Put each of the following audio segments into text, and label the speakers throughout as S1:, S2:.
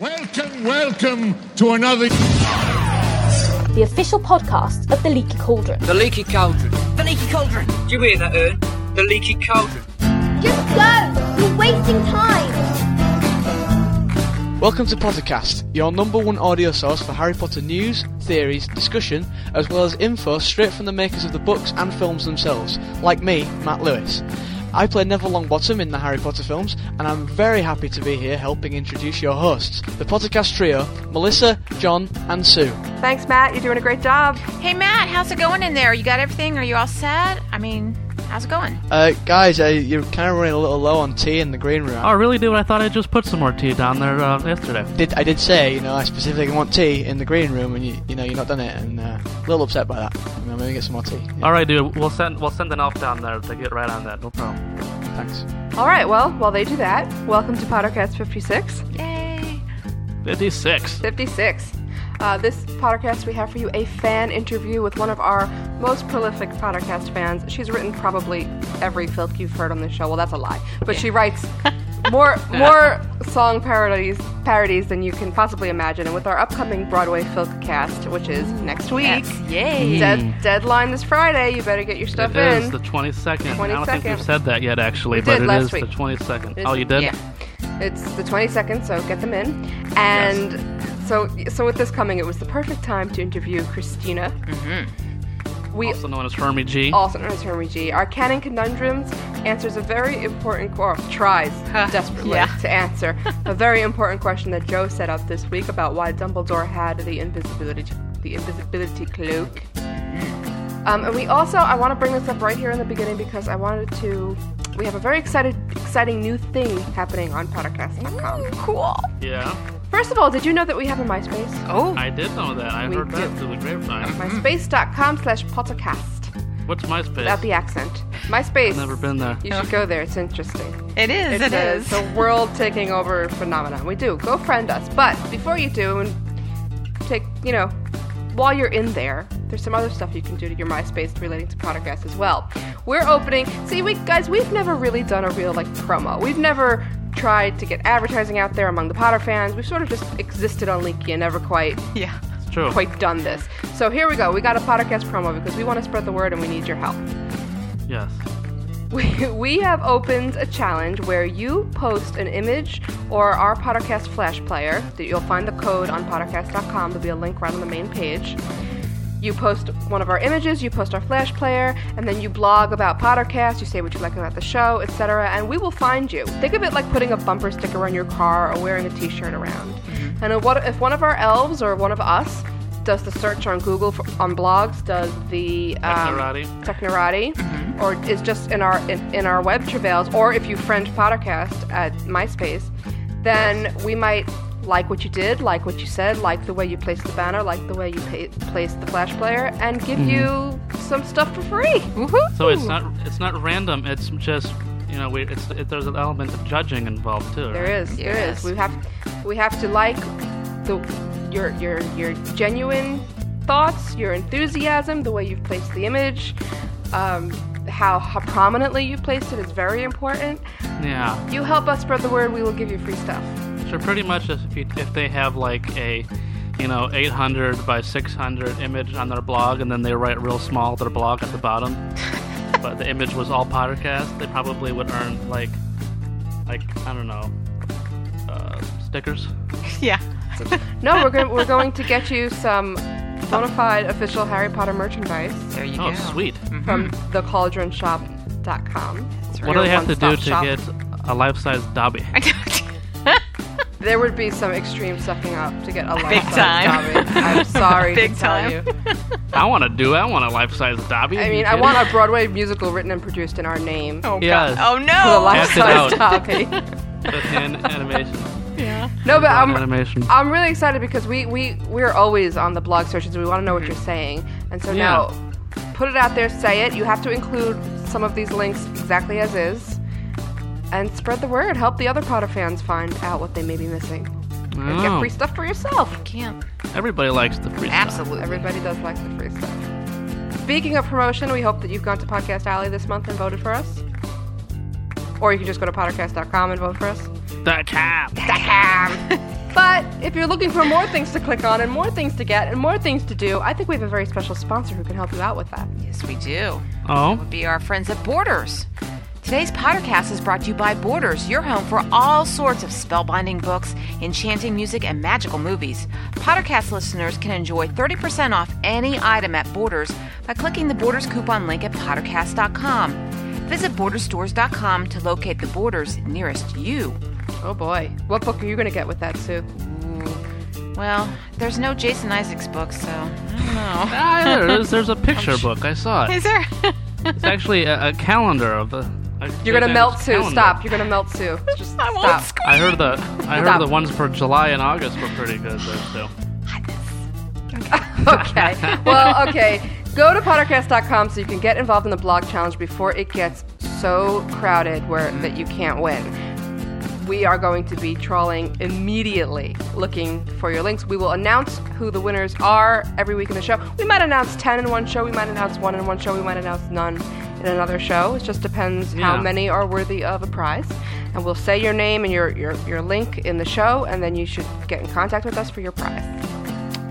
S1: and welcome to another.
S2: the official podcast of the Leaky Cauldron.
S3: The leaky cauldron.
S4: The leaky cauldron.
S3: Do you hear that, Ern? The leaky cauldron.
S5: Just go! You're wasting time!
S6: Welcome to Pottercast, your number one audio source for Harry Potter news, theories, discussion, as well as info straight from the makers of the books and films themselves, like me, Matt Lewis. I play Neville Longbottom in the Harry Potter films, and I'm very happy to be here helping introduce your hosts, the Pottercast trio, Melissa, John, and Sue.
S7: Thanks, Matt. You're doing a great job.
S8: Hey Matt, how's it going in there? You got everything? Are you all set? I mean, how's it going?
S6: Uh, guys, uh, you're kind of running a little low on tea in the green room.
S9: Oh, really, dude? I thought I just put some more tea down there uh, yesterday.
S6: did, I did say, you know, I specifically want tea in the green room, and you, you know, you're not done it, and uh, a little upset by that. You know, maybe get some more tea. Yeah,
S9: All right, dude. We'll send we'll send an elf down there to get right on that. No problem.
S6: thanks.
S7: All right, well, while they do that, welcome to Pottercast 56.
S8: Yay!
S9: Fifty six.
S7: 56. Uh, this Pottercast, we have for you a fan interview with one of our most prolific Pottercast fans. She's written probably every filth you've heard on this show. Well, that's a lie, but she writes more more song parodies parodies than you can possibly imagine. And with our upcoming Broadway filth cast, which is next week,
S8: Yes. Yay!
S7: dead, deadline this Friday, you better get your stuff
S9: It
S7: in.
S9: is the twenty second. I don't think
S7: 22nd.
S9: we've said that yet, actually,
S7: We
S9: but
S7: did
S9: it
S7: last
S9: is
S7: week.
S9: the twenty second.
S7: It
S9: Oh,
S7: is-
S9: you did?
S8: yeah.
S7: It's the 22nd, so get them in. And so, so with this coming, it was the perfect time to interview Christina. Mm-hmm. We
S9: Also known as Hermie G.
S7: also known as Hermie G. Our canon conundrums answers a very important or tries desperately
S8: Yeah.
S7: to answer a very important question that Joe set up this week about why Dumbledore had the invisibility the invisibility cloak. Um, and we also I want to bring this up right here in the beginning because I wanted to. We have a very excited exciting new thing happening on podcast.com. Cool.
S9: Yeah,
S7: First of all, did you know that we have a MySpace?
S8: Oh,
S9: I did know that. I
S7: We
S9: heard
S7: did.
S9: that through the grapevine.
S7: MySpace.com slash podcast.
S9: What's MySpace?
S7: Without the accent. MySpace.
S9: I've never been there.
S7: You should go there. It's interesting.
S8: it is.
S7: It's
S8: It
S7: a,
S8: is.
S7: it's a world taking over phenomenon. We do. Go friend us. But before you do, and take, you know, while you're in there, there's some other stuff you can do to your MySpace relating to podcast as well. We're opening. See, we guys, we've never really done a real like promo. We've never tried to get advertising out there among the Potter fans. We've sort of just existed on Leaky and never quite
S8: Yeah.
S9: It's true.
S7: quite done this. So here we go. We got a podcast promo because we want to spread the word and we need your help.
S9: Yes.
S7: We, we have opened a challenge where you post an image or our Pottercast Flash Player. That you'll find the code on Pottercast.com. There'll be a link right on the main page. You post one of our images, you post our Flash Player, and then you blog about Pottercast. You say what you like about the show, etc. And we will find you. Think of it like putting a bumper sticker on your car or wearing a T-shirt around. And if one- if one of our elves or one of us does the search on Google for, on blogs, does the um,
S9: Technorati.
S7: Technorati, or is just in our in, in our web travails, or if you friend podcast at MySpace, then we might like what you did, like what you said, like the way you placed the banner, like the way you pa- placed the flash player, and give you some stuff for free. Woohoo!
S9: So it's not it's not random. It's just you know we it's it, there's an element of judging involved too.
S7: There
S9: right?
S7: is, there
S8: Yes.
S7: is. We have we have to like the your your your genuine thoughts, your enthusiasm, the way you've placed the image. Um, how, how prominently you placed it is very important.
S9: Yeah.
S7: You help us spread the word, we will give you free stuff.
S9: So pretty much if, you, if they have like a, you know, 800 by 600 image on their blog, and then they write real small their blog at the bottom, but the image was all podcast, they probably would earn like, like I don't know, uh, stickers.
S8: Yeah.
S7: No, we're, go- we're going to get you some bona fide official Harry Potter merchandise
S8: There you
S9: Oh,
S8: go.
S9: sweet.
S7: from thecauldronshop.com.
S9: What do they have to do to
S7: One-stop
S9: get a life-size Dobby?
S7: There would be some extreme sucking up to get a lot
S8: Big time.
S7: I'm sorry
S8: Big
S7: to
S8: time.
S7: tell you.
S9: I want to do. it. I want a life-size Dobby.
S7: I
S9: Are
S7: mean,
S9: you
S7: I want
S9: kidding?
S7: a Broadway musical written and produced in our name.
S8: Oh
S9: Yes.
S8: god. Oh
S7: With a
S8: no.
S9: Act it
S7: life-size
S9: out.
S7: copy.
S9: That's an animation.
S7: No, but I'm,
S9: animation.
S7: I'm really excited because we we we're always on the blog searches. We want to know what you're saying, and so
S9: Yeah.
S7: now put it out there, say it. You have to include some of these links exactly as is, and spread the word. Help the other Potter fans find out what they may be missing. And get
S9: Oh.
S7: free stuff for yourself.
S8: Can't.
S9: Everybody likes the free stuff.
S8: Absolutely.
S7: Everybody does like the free stuff. Speaking of promotion, we hope that you've gone to Podcast Alley this month and voted for us. Or you can just go to podcast.com and vote for us.
S9: The cap.
S7: But If you're looking for more things to click on and more things to get and more things to do, I think we have a very special sponsor who can help you out with that.
S8: Yes, we do.
S9: Oh,
S8: Be our friends at Borders. Today's podcast is brought to you by Borders, your home for all sorts of spellbinding books, enchanting music, and magical movies. Pottercast listeners can enjoy 30% off any item at Borders by clicking the Borders coupon link at pottercast.com. Visit borderstores.com to locate the Borders nearest you.
S7: Oh boy. What book are you going to get with that, Sue?
S8: Well, there's no Jason Isaacs book, so I
S9: ah, there it is. There's a picture book. I saw
S8: don't know.
S9: it.
S8: Is there?
S9: It's actually a, a calendar of the. a
S7: You're going to
S9: Japan's
S7: melt Sue.
S9: calendar.
S7: Stop. You're going to melt Sue. Just
S8: I won't
S7: stop.
S8: scream.
S9: I heard the I heard
S7: Stop.
S9: the ones for July and August were pretty good though. So
S7: okay. Well, okay. Go to pottercast.com so you can get involved in the blog challenge before it gets so crowded where that you can't win. We are going to be trawling immediately looking for your links. We will announce who the winners are every week in the show. We might announce 10 in one show, we might announce 1 in one show, we might announce none in another show. It just depends how
S9: Yeah.
S7: many are worthy of a prize. And we'll say your name and your, your, your link in the show, and then you should get in contact with us for your prize.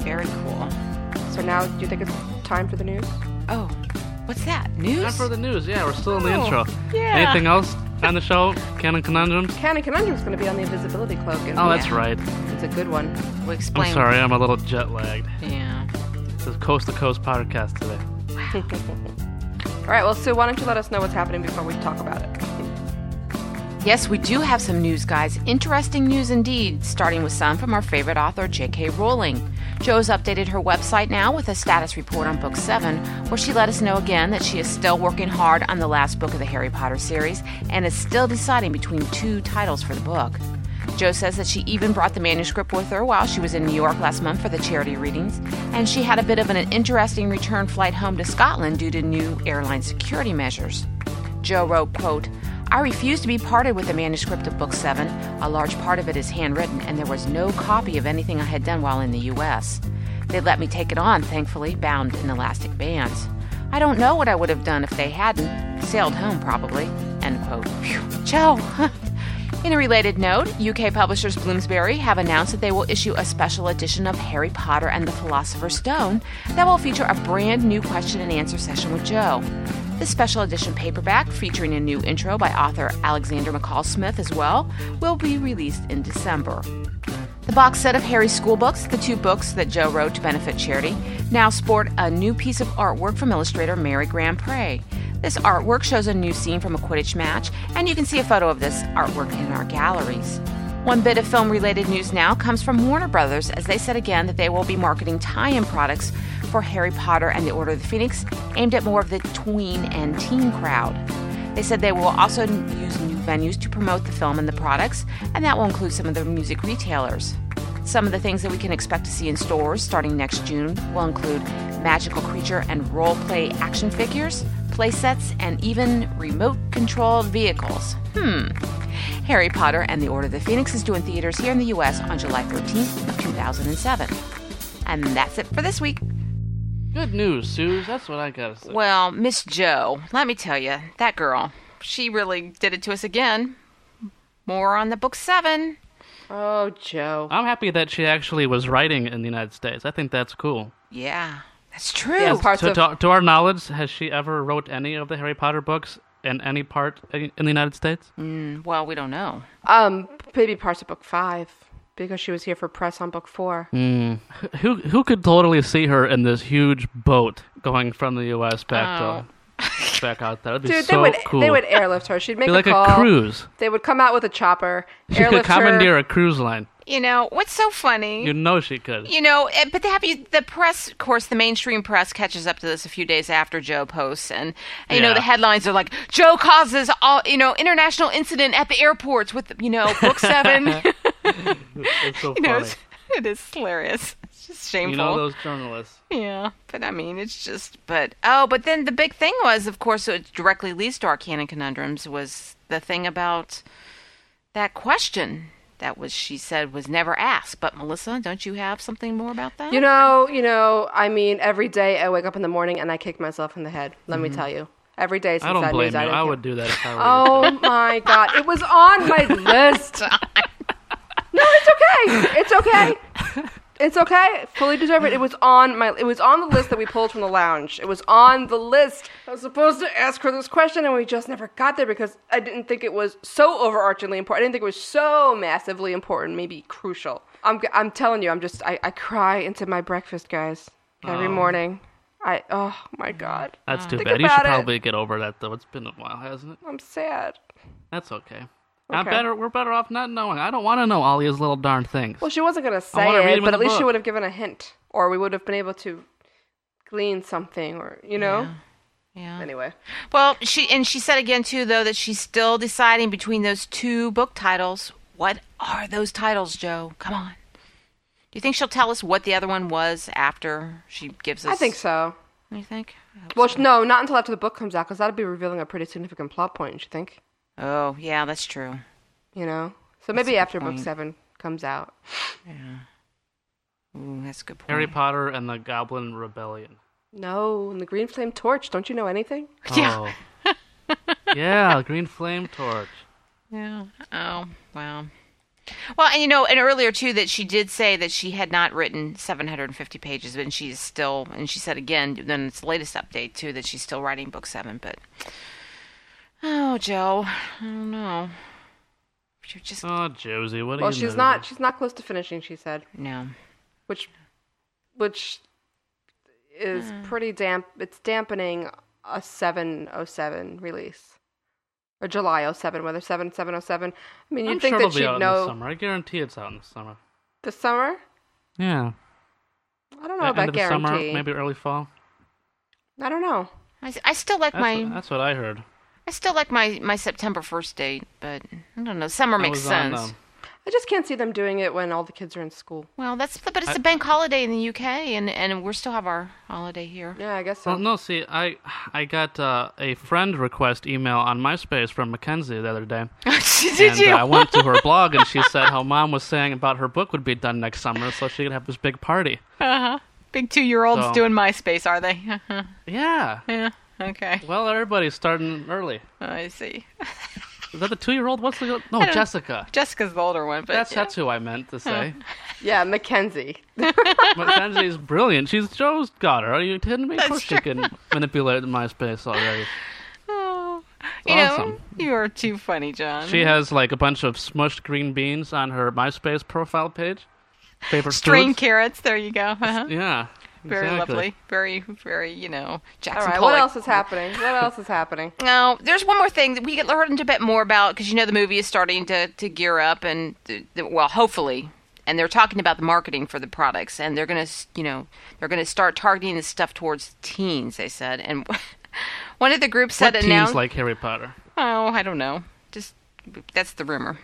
S8: Very cool.
S7: So now, do you think it's time for the news?
S8: Oh, what's that? News?
S9: time for the news. Yeah, we're still in the
S8: Oh,
S9: intro.
S8: yeah.
S9: Anything else on the show? Canon conundrums.
S7: Canon Conundrum's going to be on the invisibility cloak. Isn't
S9: Oh,
S7: it?
S9: that's right.
S7: It's a good one.
S8: We'll explain.
S9: I'm sorry, I'm a little jet lagged.
S8: Yeah.
S9: This is coast to coast podcast today.
S7: All right, well, Sue, why don't you let us know what's happening before we talk about it?
S8: Yes, we do have some news, guys. Interesting news indeed, starting with some from our favorite author, J.K. Rowling. Joe's updated her website now with a status report on Book 7, where she let us know again that she is still working hard on the last book of the Harry Potter series and is still deciding between two titles for the book. Joe says that she even brought the manuscript with her while she was in New York last month for the charity readings, and she had a bit of an interesting return flight home to Scotland due to new airline security measures. Joe wrote, quote, I refuse to be parted with the manuscript of Book 7. A large part of it is handwritten, and there was no copy of anything I had done while in the U.S. They let me take it on, thankfully, bound in elastic bands. I don't know what I would have done if they hadn't. Sailed home, probably. End quote. Phew. Joe, In a related note, UK publishers Bloomsbury have announced that they will issue a special edition of Harry Potter and the Philosopher's Stone that will feature a brand new question and answer session with Joe. This special edition paperback, featuring a new intro by author Alexander McCall Smith as well, will be released in December. The box set of Harry's school books, the two books that Joe wrote to benefit charity, now sport a new piece of artwork from illustrator Mary Graham Prey. This artwork shows a new scene from a Quidditch match, and you can see a photo of this artwork in our galleries. One bit of film related news now comes from Warner Brothers as they said again that they will be marketing tie in products for Harry Potter and the Order of the Phoenix, aimed at more of the tween and teen crowd. They said they will also use new venues to promote the film and the products, and that will include some of the music retailers. Some of the things that we can expect to see in stores starting next June will include magical creature and role play action figures, play sets, and even remote controlled vehicles. Hmm. Harry Potter and the Order of the Phoenix is due in theaters here in the US on July 13th of 2007. And that's it for this week.
S9: Good news, Suze. That's what I gotta say.
S8: Well, Miss Joe, let me tell you, that girl, she really did it to us again. More on the book seven.
S7: Oh, Joe.
S9: I'm happy that she actually was writing in the United States. I think that's cool.
S8: Yeah, that's true.
S7: Yeah, parts
S9: To,
S7: of,
S9: to, to our knowledge, has she ever wrote any of the Harry Potter books in any part in in the United States?
S7: Mm.
S8: well, we don't know.
S7: um, maybe parts of book five because she was here for press on book four.
S9: Mm, Who who could totally see her in this huge boat going from the U.S. back to back out there? That'd be
S7: Oh. Dude,
S9: so
S7: they would
S9: cool.
S7: they would airlift her. She'd make
S9: be like
S7: a
S9: a,
S7: call.
S9: cruise.
S7: They would come out with a chopper.
S9: She could
S7: airlift her.
S9: commandeer a cruise line.
S8: You know what's so funny?
S9: You know she could.
S8: You know, eh, but they have you, the press, of course, the mainstream press catches up to this a few days after Joe posts, and, and, you know
S9: Yeah.
S8: the headlines are like Joe causes all you know international incident at the airports with you know book seven.
S9: It's so
S8: you know,
S9: funny.
S8: it's, it is hilarious. It's just shameful.
S9: You know those journalists.
S8: Yeah, but I mean, it's just, but oh, but then the big thing was, of course, it directly leads to our canon conundrums was the thing about that question that was she said was never asked. But Melissa, don't you have something more about that?
S7: You know, you know, I mean, every day I wake up in the morning and I kick myself in the head. Let me tell you. Every day since
S9: Mm-hmm. I don't
S7: that
S9: blame
S7: news,
S9: you.
S7: I, didn't
S9: I
S7: get-
S9: would do that if I were you.
S7: Oh my god, it was on my list. No, it's okay. okay. It's okay. It's okay. Fully deserve it. It was on my. It was on the list that we pulled from the lounge. It was on the list. I was supposed to ask her this question, and we just never got there because I didn't think it was so overarchingly important. I didn't think it was so massively important. Maybe crucial. I'm. g- I'm telling you. I'm just. I, I cry into my breakfast, guys. Every morning. I. Oh my god.
S9: Oh. That's too
S7: Think
S9: bad. You should
S7: about it.
S9: probably get over that though. It's been a while, hasn't it?
S7: I'm sad.
S9: That's okay. I'm
S7: Okay.
S9: better. We're better off not knowing. I don't want to know all these little darn things.
S7: Well, she wasn't gonna say
S9: wanna read
S7: it,
S9: him in
S7: but
S9: the
S7: at least she
S9: book.
S7: would have given a hint, or we would have been able to glean something, or you know.
S8: Yeah.
S7: Anyway.
S8: Well, she and she said again too though that she's still deciding between those two book titles. What are those titles, Joe? Come on. Do you think she'll tell us what the other one was after she gives us?
S7: I think so.
S8: You think? I hope
S7: Well,
S8: so.
S7: sh- no, not until after the book comes out, because that'd be revealing a pretty significant plot point, don't you think?
S8: Oh, yeah, that's true.
S7: You know? So maybe after book seven comes out.
S8: Ooh, that's a good point.
S7: Mm.
S9: Harry Potter and the Goblin Rebellion.
S7: No, and the Green Flame Torch, don't you know anything?
S9: Yeah. Oh. yeah, Green Flame Torch.
S8: Yeah. Oh, wow. Well, and you know, and earlier too that she did say that she had not written 750 pages, but she's still, and she said again, then it's the latest update too that she's still writing book seven. But oh, Joe, I don't know. You're just
S9: Oh, Josie, what
S7: Well,
S9: do you
S7: she's
S9: know?
S7: not. She's not close to finishing. She said,
S8: no.
S7: which, which, is
S9: Hmm.
S7: pretty damp. It's dampening a seven oh seven release. Or July 07, whether 7, 707. I mean, you'd
S9: I'm
S7: think
S9: sure
S7: that
S9: it'll be
S7: she'd
S9: out in the
S7: know
S9: summer. I guarantee it's out in the summer.
S7: this summer?
S9: Yeah.
S7: Oh, I don't know
S9: End
S7: about
S9: of the
S7: guarantee.
S9: summer, maybe early fall.
S7: I don't know.
S8: I, s- I still like
S9: That's,
S8: my
S9: that's what I heard.
S8: I still like my my September first date, but I don't know. Summer
S9: That
S8: makes
S9: was on,
S8: sense.
S9: um,
S7: I just can't see them doing it when all the kids are in school.
S8: well, that's but it's a
S9: I-
S8: bank holiday in the UK, and and we still have our holiday here.
S7: Yeah, I guess so.
S9: Well, no, see, I I got uh, a friend request email on MySpace from Mackenzie the other day.
S8: Did
S9: and
S8: you?
S9: Uh, I went to her blog, and she said how mom was saying about her book would be done next summer, so she could have this big party.
S8: Big two year olds
S9: So-
S8: doing MySpace, are they?
S9: Yeah.
S8: yeah. Okay. Oh,
S9: Well, everybody's starting early.
S8: I see.
S9: Is that the two-year-old? What's the no? Jessica.
S8: Jessica's the older one, but
S9: That's
S8: yeah.
S9: that's who I meant to say.
S7: Yeah, Mackenzie.
S9: Mackenzie's brilliant. She's Joe's daughter. Are you kidding me? Of
S8: That's
S9: course she can manipulate MySpace already.
S8: Oh.
S9: It's
S8: you know,
S9: awesome.
S8: you are too funny, John.
S9: She has like a bunch of smushed green beans on her MySpace profile page. Favorite
S8: Strained
S9: foods.
S8: carrots. There you go. Uh-huh.
S9: Yeah.
S8: Very
S9: exactly.
S8: lovely. Very, very, you know, Jackson
S7: All right,
S8: Pollock.
S7: what else is happening? What else is happening?
S8: No, there's one more thing that we get learned a bit more about because you know the movie is starting to, to gear up and th- th- well, hopefully, and they're talking about the marketing for the products and they're gonna s- you know they're gonna start targeting this stuff towards teens. They said, and one of the groups
S9: What
S8: said
S9: teens
S8: announced
S9: like Harry Potter?
S8: Oh, I don't know. Just that's the rumor.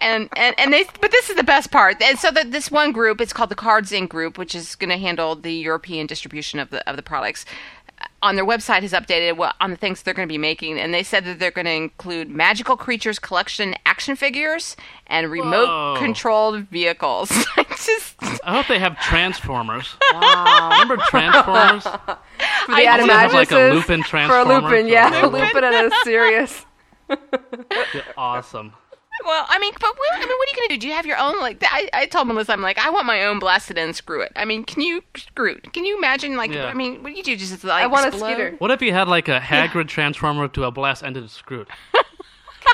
S8: and, and and they but this is the best part. And so that this one group, it's called the Cards Inc. group, which is going to handle the European distribution of the of the products. Uh, On their website has updated what on the things they're going to be making, and they said that they're going to include magical creatures collection action figures and remote
S9: Whoa.
S8: controlled vehicles. I just
S9: I hope they have Transformers. Remember Transformers?
S7: For the
S8: I-
S9: Sounds like a
S7: Adamaguses?
S9: Lupin
S7: For a
S9: Transformer.
S7: Lupin, yeah. A Lupin and a Sirius.
S9: Awesome.
S8: Well, I mean, but what, I mean, what are you going to do? Do you have your own? Like, I, I told Melissa, I'm like, I want my own blasted and screw it. I mean, can you screw it? Can you imagine? Like,
S9: Yeah.
S8: I mean, what do you do? Just like,
S7: I want a
S8: explode?
S7: Skeeter.
S9: What if you had like a Hagrid Transformer to a blast ended Scroot?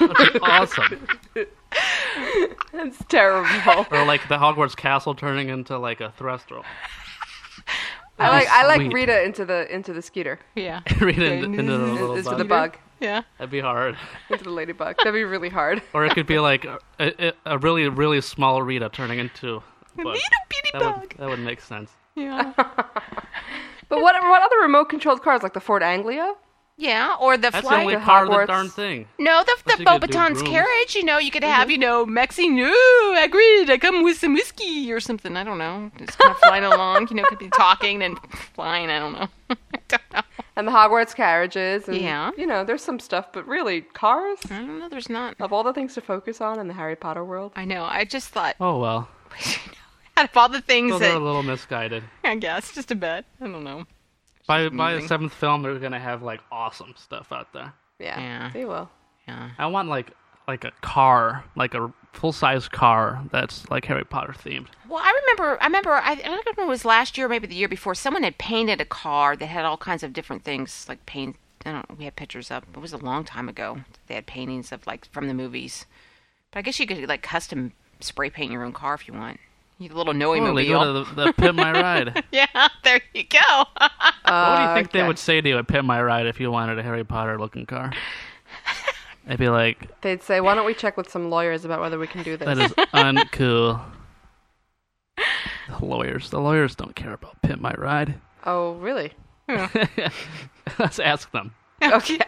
S9: That'd be awesome.
S7: It's terrible.
S9: Or like the Hogwarts castle turning into like a thrustrel.
S7: I like I like
S9: Sweet.
S7: Rita into the into the Skeeter.
S8: Yeah,
S9: Read it into, into the little
S7: It's for the
S9: bug.
S7: bug.
S8: yeah.
S9: That'd be hard.
S7: Into the ladybug. That'd be really hard.
S9: Or it could be like a, a, a really, really small Rita turning into a bug.
S8: Little bitty
S9: That would,
S8: bug.
S9: that would make sense.
S8: Yeah,
S7: But what what other remote controlled cars like the Ford Anglia?
S8: yeah. Or the
S9: That's the
S8: fly.
S9: only
S7: the
S9: part of
S7: Hogwarts-
S9: the darn thing.
S8: no, the the
S9: you could do
S8: Bobaton's
S9: brooms.
S8: carriage. You know, you could have, you know, Maxie. No, agreed. I come with some whiskey or something. I don't know. Just kind of flying along. You know, could be talking and flying. I don't know. I don't know.
S7: And the Hogwarts carriages and
S8: Yeah.
S7: you know, there's some stuff, but really cars?
S8: I don't know. There's not.
S7: Of all the things to focus on in the Harry Potter world.
S8: I know. I just thought
S9: Oh well.
S8: out of all the things
S9: Those
S8: that
S9: are a little misguided.
S8: I guess, just a bit. I don't know.
S9: By by the seventh film, they're gonna have like awesome stuff out there.
S7: Yeah.
S8: Yeah.
S7: They will.
S9: I want like like a car, like a
S10: full size car that's like Harry Potter themed.
S8: Well, I remember, I remember, I, I don't know if it was last year, maybe the year before, someone had painted a car that had all kinds of different things, like paint. I don't know, we had pictures of, it was a long time ago. They had paintings of, like, from the movies. But I guess you could, like, custom spray paint your own car if you want. You little Noe
S10: Oh, they
S8: movie.
S10: go to the, the Pimp My Ride.
S8: yeah, there you go.
S10: what do you think they
S7: Uh, okay.
S10: would say to you at Pimp My Ride if you wanted a Harry Potter looking car? I'd be like,
S7: They'd say, "Why don't we check with some lawyers about whether we can do this?"
S10: that is uncool. the lawyers, the lawyers don't care about Pimp My Ride.
S7: oh, really?
S10: Let's ask them.
S7: Okay.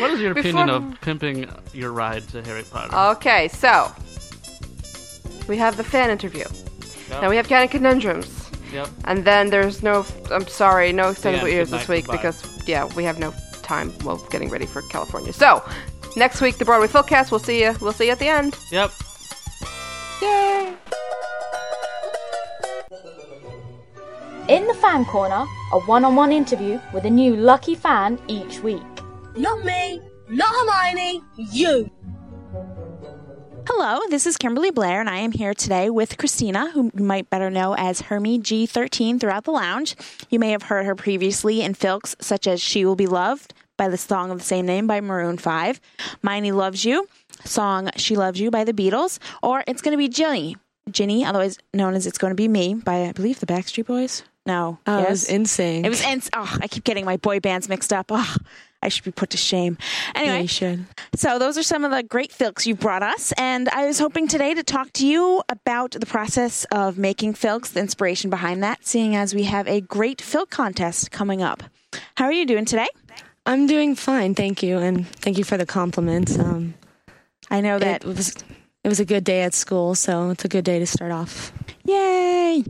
S10: What is your
S7: Before- Uh,
S10: opinion of pimping your ride to Harry Potter?
S7: Okay, so we have the fan interview. Now we have canon conundrums,
S10: yep.
S7: and then there's no. I'm sorry, no
S10: Yeah,
S7: extendable
S10: good
S7: ears
S10: night,
S7: this week
S10: goodbye.
S7: because yeah, we have no time. Well, getting ready for California. So next week the Broadway Philcast. We'll see you. We'll see you at the end.
S10: Yep.
S7: Yay!
S2: In the Fan Corner, a one on one interview with a new lucky fan each week.
S4: Not me, not Hermione, you. Hello, this is Kimberly Blair, and I am here today with Christina, who you might better know as Hermie G13 throughout the lounge. You may have heard her previously in filks such as She Will Be Loved by the song of the same name by Maroon 5, Miney Loves You, song She Loves You by the Beatles, or It's Gonna Be Ginny, Ginny, otherwise known as It's Gonna Be Me by, I believe, the Backstreet Boys? No.
S9: Oh,
S4: yes?
S9: it was insane.
S4: It was ins- oh, I keep getting my boy bands mixed up. Oh, I should be put to shame.
S9: Yeah,
S4: Anyway,
S9: you should.
S4: so those are some of the great filks you brought us, and I was hoping today to talk to you about the process of making filks, the inspiration behind that, seeing as we have a great filk contest coming up. How are you doing today?
S9: I'm doing fine, thank you, and thank you for the compliments. Um,
S4: I know that
S9: it was it was a good day at school, so it's a good day to start off.
S4: Yay!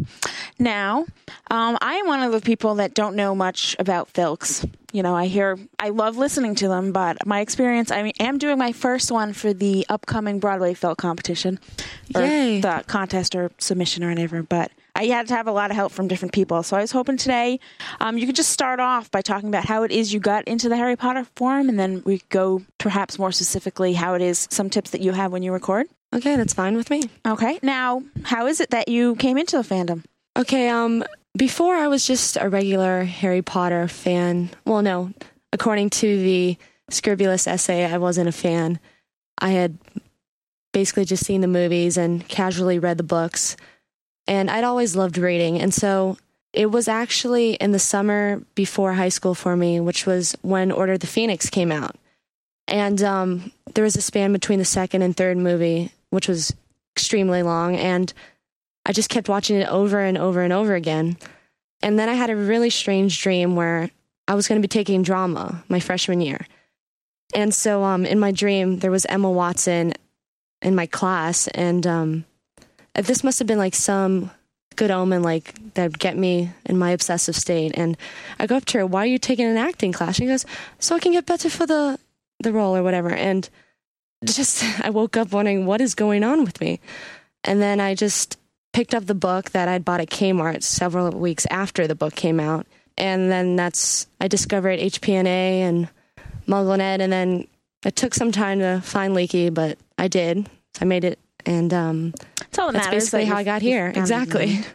S4: Now, um, I am one of the people that don't know much about Filks. You know, I hear, I love listening to them, but my experience, I am doing my first one for the upcoming Broadway Filk competition, or
S9: Yay.
S4: the contest or submission or whatever. But I had to have a lot of help from different people, so I was hoping today um, you could just start off by talking about how it is you got into the Harry Potter forum, and then we could go perhaps more specifically how it is some tips that you have when you record.
S9: Okay, that's fine with me.
S4: Okay. Now, how is it that you came into the fandom?
S9: Okay, um, before I was just a regular Harry Potter fan. Well, no, according to the Scribulous essay, I wasn't a fan. I had basically just seen the movies and casually read the books. And I'd always loved reading. And so it was actually in the summer before high school for me, which was when Order of the Phoenix came out. And um, there was a span between the second and third movie, which was extremely long. And I just kept watching it over and over and over again. And then I had a really strange dream where I was going to be taking drama my freshman year. And so um, in my dream, there was Emma Watson in my class. And um, this must have been like some good omen, like that would get me in my obsessive state. And I go up to her, Why are you taking an acting class? She goes, So I can get better for the, the role or whatever. And just, I woke up wondering, What is going on with me? And then I just picked up the book that I'd bought at Kmart several weeks after the book came out. And then that's, I discovered HPNA and MuggleNet. And then it took some time to find Leaky, but I did. I made it. And um,
S4: That's all that
S9: that's
S4: matters,
S9: basically
S4: that
S9: how
S4: you-
S9: I got
S4: you
S9: here.
S4: found
S9: Exactly.
S4: it.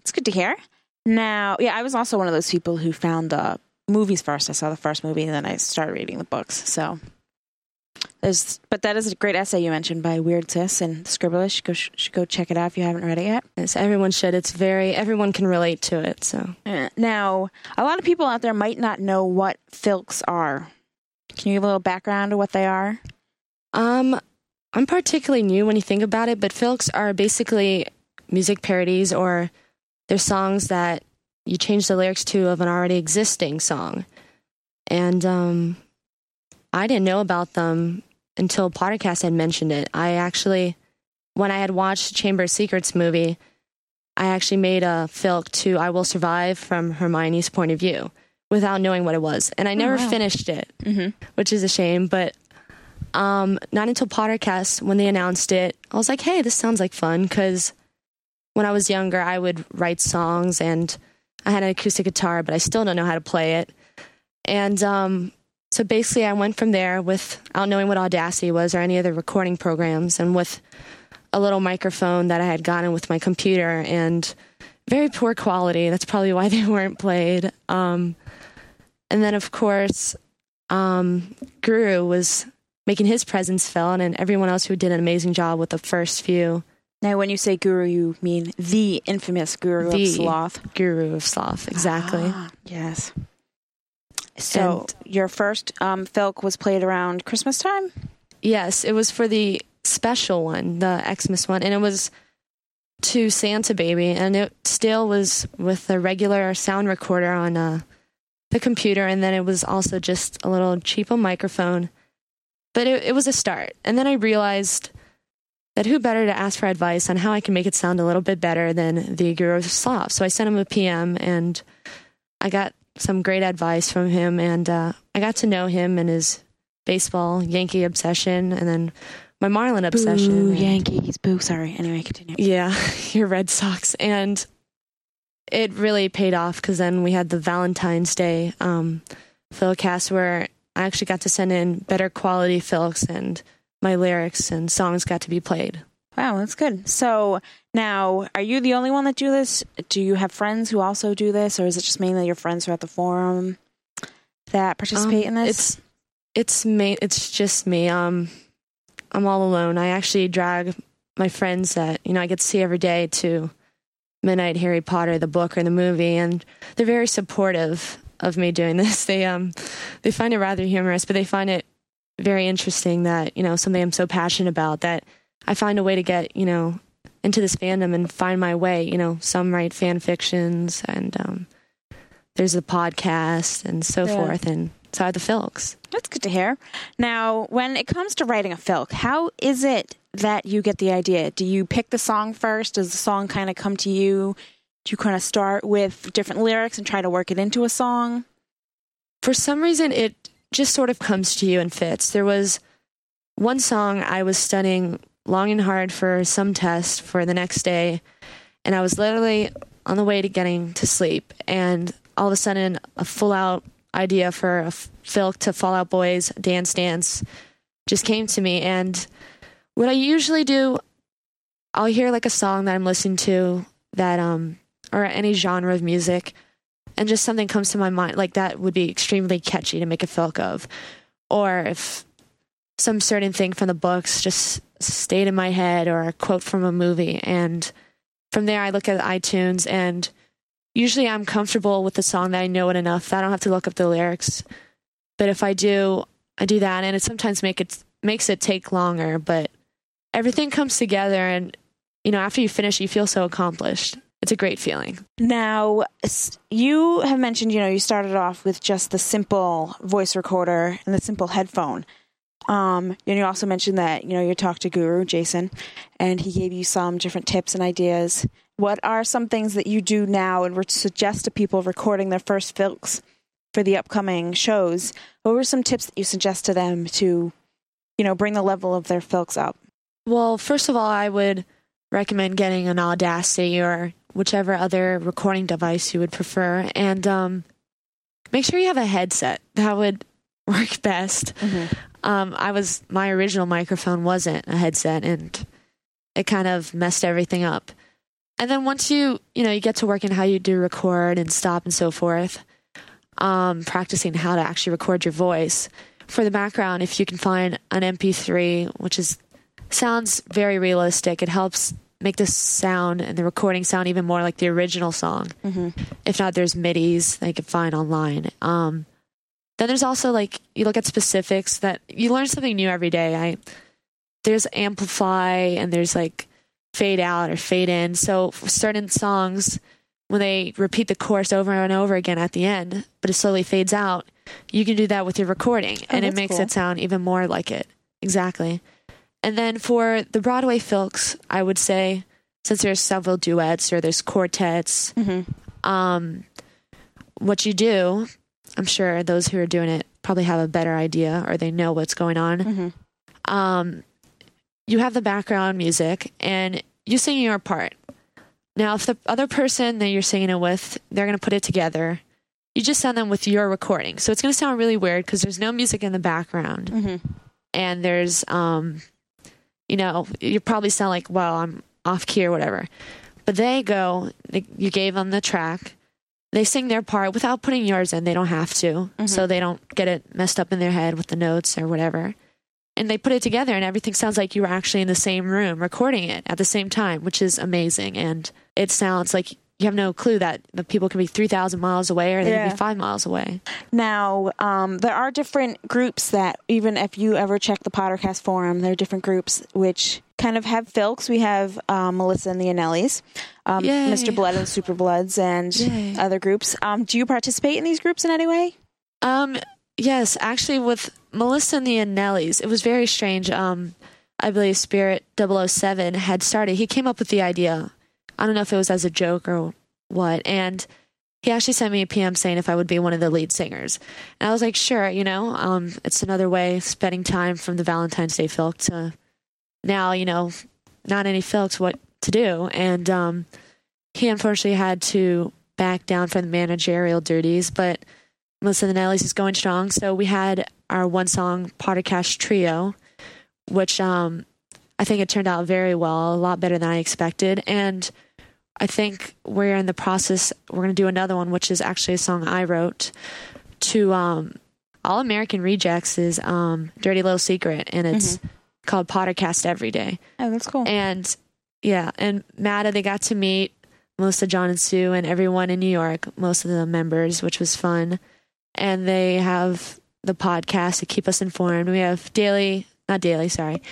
S4: It's good to hear. Now, yeah, I was also one of those people who found the movies first. I saw the first movie and then I started reading the books. So there's, but that is a great essay you mentioned by Weird Sis and Scribblish. Go, should go check it out if you haven't read it yet.
S9: Yes, everyone should. It's very, everyone can relate to it. So,
S4: Uh, Now, a lot of people out there might not know what filks are. Can you give a little background to what they are?
S9: um, I'm particularly new when you think about it, but filks are basically music parodies or they're songs that you change the lyrics to of an already existing song. And um, I didn't know about them until Podcast had mentioned it. I actually, when I had watched Chamber of Secrets movie, I actually made a filk to I Will Survive from Hermione's point of view without knowing what it was. And I never
S4: wow.
S9: finished it,
S4: Mhm.
S9: which is a shame, but um, not until Pottercast, when they announced it, I was like, hey, this sounds like fun because when I was younger, I would write songs and I had an acoustic guitar, but I still don't know how to play it. And um, so basically, I went from there without knowing what Audacity was or any other recording programs and with a little microphone that I had gotten with my computer and very poor quality. That's probably why they weren't played. Um, and then, of course, um, Guru was making his presence felt, and everyone else who did an amazing job with the first few.
S4: Now, when you say guru, you mean the infamous guru
S9: The-
S4: of sloth.
S9: Guru of Sloth, exactly.
S4: Ah, yes. So your first um, filk was played around Christmas time.
S9: Yes, it was for the special one, the Xmas one, and it was to Santa Baby, and it still was with a regular sound recorder on uh, the computer, and then it was also just a little cheapo microphone. But it, it was a start, and then I realized that who better to ask for advice on how I can make it sound a little bit better than the Guru of Slav. So I sent him a PM, and I got some great advice from him, and uh, I got to know him and his baseball Yankee obsession, and then my Marlin obsession.
S4: Boo,
S9: and-
S4: Yankees. Boo. Sorry. Anyway, continue.
S9: yeah, your Red Sox. And it really paid off because then we had the Valentine's Day um, Philcast where I actually got to send in better quality Philcs and my lyrics and songs got to be played.
S4: Wow, that's good. So now, are you the only one that do this? Do you have friends who also do this, or is it just mainly your friends who are at the forum that participate in
S9: Um,
S4: this?
S9: It's it's ma- it's just me. Um, I'm all alone. I actually drag my friends that you know I get to see every day to Midnight Harry Potter, the book or the movie, and they're very supportive of me doing this. They um they find it rather humorous, but they find it very interesting that you know something I'm so passionate about that I find a way to get you know into this fandom and find my way. You know, some write fan fictions and um, there's the podcast and so
S4: Yeah.
S9: forth, and so are the Filks.
S4: That's good to hear. Now, when it comes to writing a filk, how is it that you get the idea? Do you pick the song first? Does the song kind of come to you? Do you kind of start with different lyrics and try to work it into a song?
S9: for some reason it just sort of comes to you and fits. There was one song I was studying long and hard for some test for the next day, and I was literally on the way to getting to sleep, and all of a sudden a full out idea for a f- filk to Fall Out Boys dance dance just came to me, and what I usually do, I'll hear like a song that I'm listening to that um or any genre of music and just something comes to my mind like that would be extremely catchy to make a filk of or if some certain thing from the books just stayed in my head or a quote from a movie and from there i look at itunes and usually i'm comfortable with the song that i know it enough that i don't have to look up the lyrics but if i do i do that and it sometimes make it makes it take longer but everything comes together and you know after you finish you feel so accomplished it's a great feeling
S4: Now, s- you have mentioned, you know, you started off with just the simple voice recorder and the simple headphone. Um, and you also mentioned that, you know, you talked to Guru Jason and he gave you some different tips and ideas. What are some things that you do now and would suggest to people recording their first filks for the upcoming shows? What were some tips that you suggest to them to, you know, bring the level of their filks up?
S9: Well, first of all, I would recommend getting an Audacity or whichever other recording device you would prefer, and um, make sure you have a headset. That would work best. Um, I was my original microphone wasn't a headset, and it kind of messed everything up. And then once you you know you get to work in how you do record and stop and so forth, um, practicing how to actually record your voice. For the background, if you can find an MP3, which is sounds very realistic. It helps make the sound and the recording sound even more like the original song. If not, there's midis that you can find online. Um, then there's also like you look at specifics that you learn something new every day. I there's amplify and there's like fade out or fade in. So for certain songs, when they repeat the chorus over and over again at the end, but it slowly fades out, you can do that with your recording, and it
S4: Oh, that's
S9: makes
S4: cool.
S9: it sound even more like it. Exactly. And then for the Broadway filks, I would say since there's several duets or there's quartets, um, what you do, I'm sure those who are doing it probably have a better idea or they know what's going on. Um, you have the background music and you sing your part. Now, if the other person that you're singing it with, they're going to put it together. You just send them with your recording. So it's going to sound really weird because there's no music in the background
S4: Mm-hmm.
S9: and there's um you know, you probably sound like, well, I'm off key or whatever. But they go, they, you gave them the track. They sing their part without putting yours in. They don't have to. So they don't get it messed up in their head with the notes or whatever. And they put it together, and everything sounds like you were actually in the same room recording it at the same time, which is amazing. And it sounds like you have no clue that the people can be 3,000 miles away or they can
S4: Yeah.
S9: be five miles away.
S4: Now, um, there are different groups that, even if you ever check the Pottercast forum, there are different groups which kind of have filks. We have um, Melissa and the Anellis, um,
S9: Yay.
S4: Mr. Blood and Super Bloods, and
S9: Yay.
S4: other groups. Um, do you participate in these groups in any way?
S9: Um, yes, actually, with Melissa and the Anellis, it was very strange. Um, I believe Spirit 007 had started. He came up with the idea. I don't know if it was as a joke or what. And he actually sent me a PM saying if I would be one of the lead singers. And I was like, sure, you know, um, it's another way of spending time from the Valentine's Day filk to now, you know, not any filks what to do. And um, he unfortunately had to back down from the managerial duties, but Melissa and the Nellies is going strong. So we had our one song podcast trio, which um, I think it turned out very well, a lot better than I expected. And I think we're in the process. We're going to do another one, which is actually a song I wrote to um, All American Rejects is um, Dirty Little Secret, and it's called Podcast Every Day.
S4: Mm-hmm. Oh, that's cool.
S9: And yeah, and Matta, they got to meet Melissa, John, and Sue, and everyone in New York, most of the members, which was fun. And they have the podcast to keep us informed. We have daily, not daily, sorry,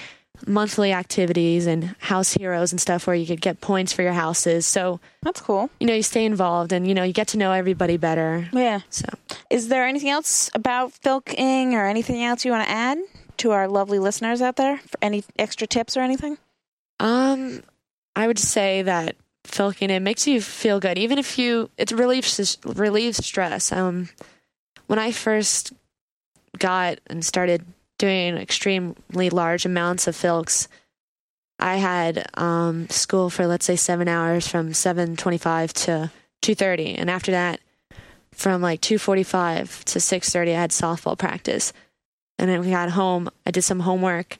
S9: monthly activities and house heroes and stuff where you could get points for your houses. So,
S4: that's cool.
S9: you know, you stay involved and, you know, you get to know everybody better.
S4: Yeah.
S9: So,
S4: Is there anything else about filking or anything else you want to add to our lovely listeners out there? For any extra tips or anything?
S9: Um, I would say that filking it makes you feel good, even if you it relieves relieves stress. Um, when I first got and started doing extremely large amounts of filks, I had um school for let's say seven hours from seven twenty five to two thirty, and after that, from like two forty five to six thirty, I had softball practice, and then we got home. I did some homework.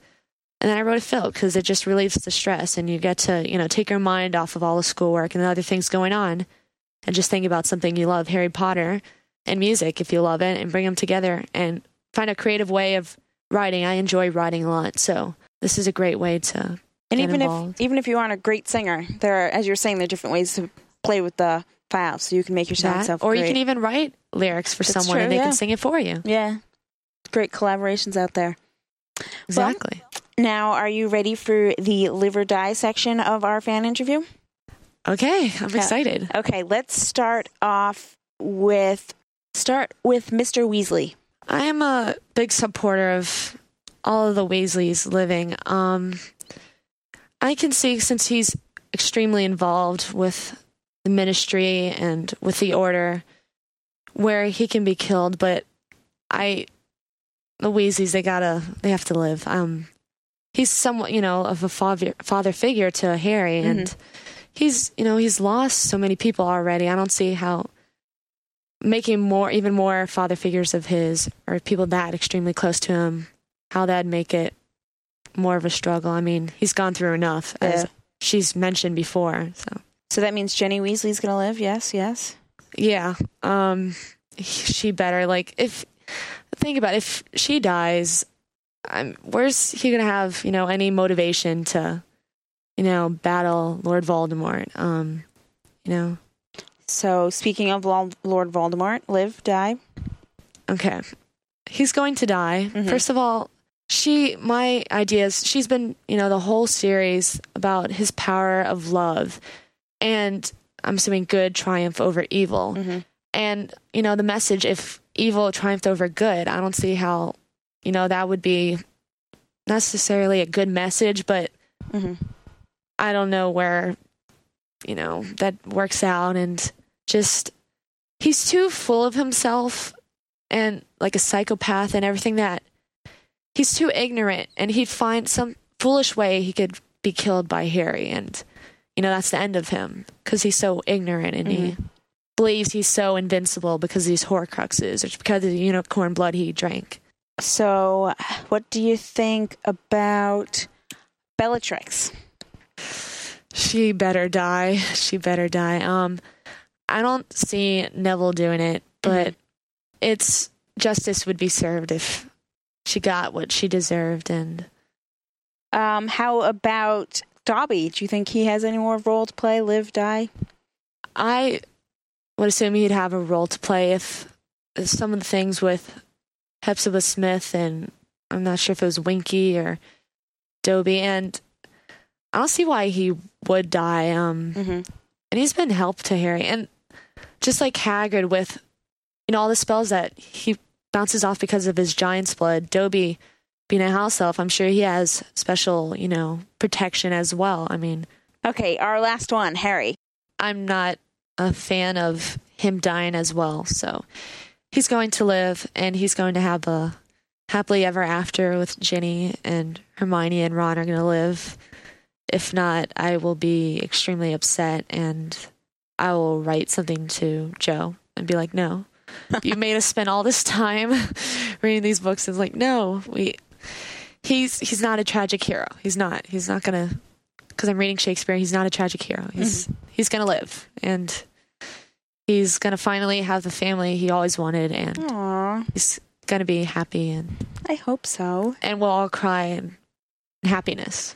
S9: And then I wrote a fill because it just relieves the stress and you get to, you know, take your mind off of all the schoolwork and the other things going on and just think about something you love, Harry Potter and music, if you love it, and bring them together and find a creative way of writing. I enjoy writing a lot. So this is a great way to.
S4: And
S9: get
S4: even
S9: involved.
S4: if even if you aren't a great singer, there are, as you're saying, there are different ways to play with the files, so you can make yourself
S9: that,
S4: sound
S9: or you
S4: great.
S9: can even write lyrics for
S4: That's
S9: someone
S4: true,
S9: and they
S4: yeah.
S9: can sing it for you.
S4: yeah, great collaborations out there.
S9: Exactly.
S4: Now, are you ready for the live or die section of our fan interview?
S9: okay. I'm excited.
S4: Okay, let's start off with start with Mr. Weasley.
S9: I am a big supporter of all of the Weasleys living. Um, I can see since he's extremely involved with the ministry and with the order where he can be killed, but I, the Weasleys, they gotta, they have to live. Um, he's somewhat, you know, of a father, father figure to Harry,
S4: Mm-hmm.
S9: and he's, you know, he's lost so many people already. I don't see how making more even more father figures of his or people that extremely close to him how that'd make it more of a struggle i mean he's gone through enough as
S4: Yeah.
S9: she's mentioned before so
S4: So that means Jenny Weasley's going to live. Yes, yes.
S9: yeah um she better like if think about it, if she dies i'm where's he gonna have you know any motivation to you know battle lord voldemort um you know
S4: So speaking of Lo- Lord Voldemort, live, die.
S9: Okay. He's going to die.
S4: Mhm.
S9: First of all, she my idea is she's been, you know, the whole series about his power of love and I'm assuming good triumph over evil.
S4: Mhm.
S9: And, you know, the message if evil triumphed over good, I don't see how, you know, that would be necessarily a good message, but
S4: Mhm.
S9: I don't know where, you know, that works out. And just, he's too full of himself and like a psychopath and everything that he's too ignorant and he'd find some foolish way he could be killed by Harry. And, you know, that's the end of him because he's so ignorant and he believes he's so invincible because of these horcruxes or because of the unicorn blood he drank.
S4: So, what do you think about Bellatrix.
S11: She better die. She better die. Um, I don't see Neville doing it, but
S4: Mm-hmm.
S11: it's justice would be served if she got what she deserved. And
S4: Um, how about Dobby? Do you think he has any more role to play? Live, die?
S11: I would assume he'd have a role to play if if some of the things with Hepzibah Smith and I'm not sure if it was Winky or Dobie, and I don't see why he would die. Um,
S4: Mm-hmm.
S11: and he's been help to Harry. And just like Hagrid with you know all the spells that he bounces off because of his giant's blood, Dobby being a house elf, I'm sure he has special, you know, protection as well. I mean,
S4: Okay, our last one, Harry.
S11: I'm not a fan of him dying as well. So he's going to live and he's going to have a happily ever after with Ginny and Hermione and Ron are going to live. If not, I will be extremely upset and I will write something to Joe and be like, no, you made us spend all this time reading these books. It's like, no, we. He's he's not a tragic hero. He's not. He's not gonna because I'm reading Shakespeare. He's not a tragic hero. He's he's gonna live, and he's gonna finally have the family he always wanted, and
S4: Aw,
S11: he's gonna be happy, and
S4: I hope so.
S11: and we'll all cry in happiness.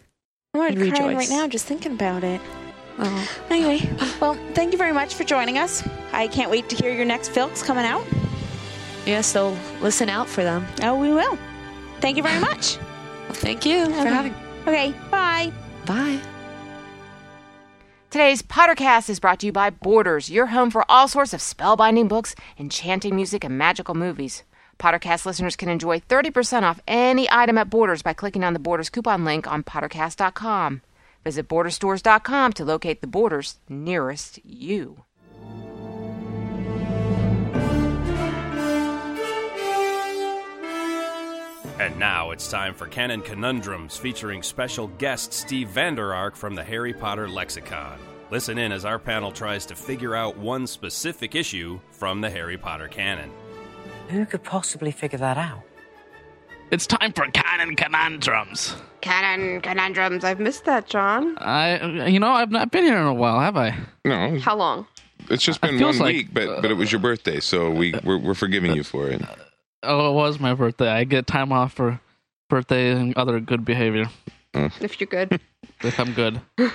S4: I'm already
S11: And
S4: crying right
S11: rejoice.
S4: now just thinking about it.
S11: Oh,
S4: Anyway, well, thank you very much for joining us. I can't wait to hear your next filks coming out.
S11: yeah. So listen out for them.
S4: Oh, we will. Thank you very much.
S11: Well, thank you for having. me.
S4: Okay, bye.
S11: Bye.
S8: Today's Pottercast is brought to you by Borders, your home for all sorts of spellbinding books, enchanting music, and magical movies. Pottercast listeners can enjoy 30% off any item at Borders by clicking on the Borders coupon link on Pottercast.com. Visit Borderstores.com to locate the Borders nearest you.
S12: And now it's time for Canon Conundrums featuring special guest Steve Vander Ark from the Harry Potter Lexicon. Listen in as our panel tries to figure out one specific issue from the Harry Potter canon.
S3: Who could possibly figure that out?
S9: It's time for canon conundrums.
S7: Canon conundrums. I've missed that, John.
S8: Uh,
S9: I, you know, I've not been here in a while, have I?
S13: No,
S7: How long?
S13: it's just
S9: It
S13: been
S9: feels
S13: one
S9: like- uh,
S13: week, but but it was your birthday, so we we're, we're forgiving you for it.
S9: Oh, it was my birthday. I get time off for birthday and other good behavior
S7: If you're good.
S9: if I'm good.
S13: All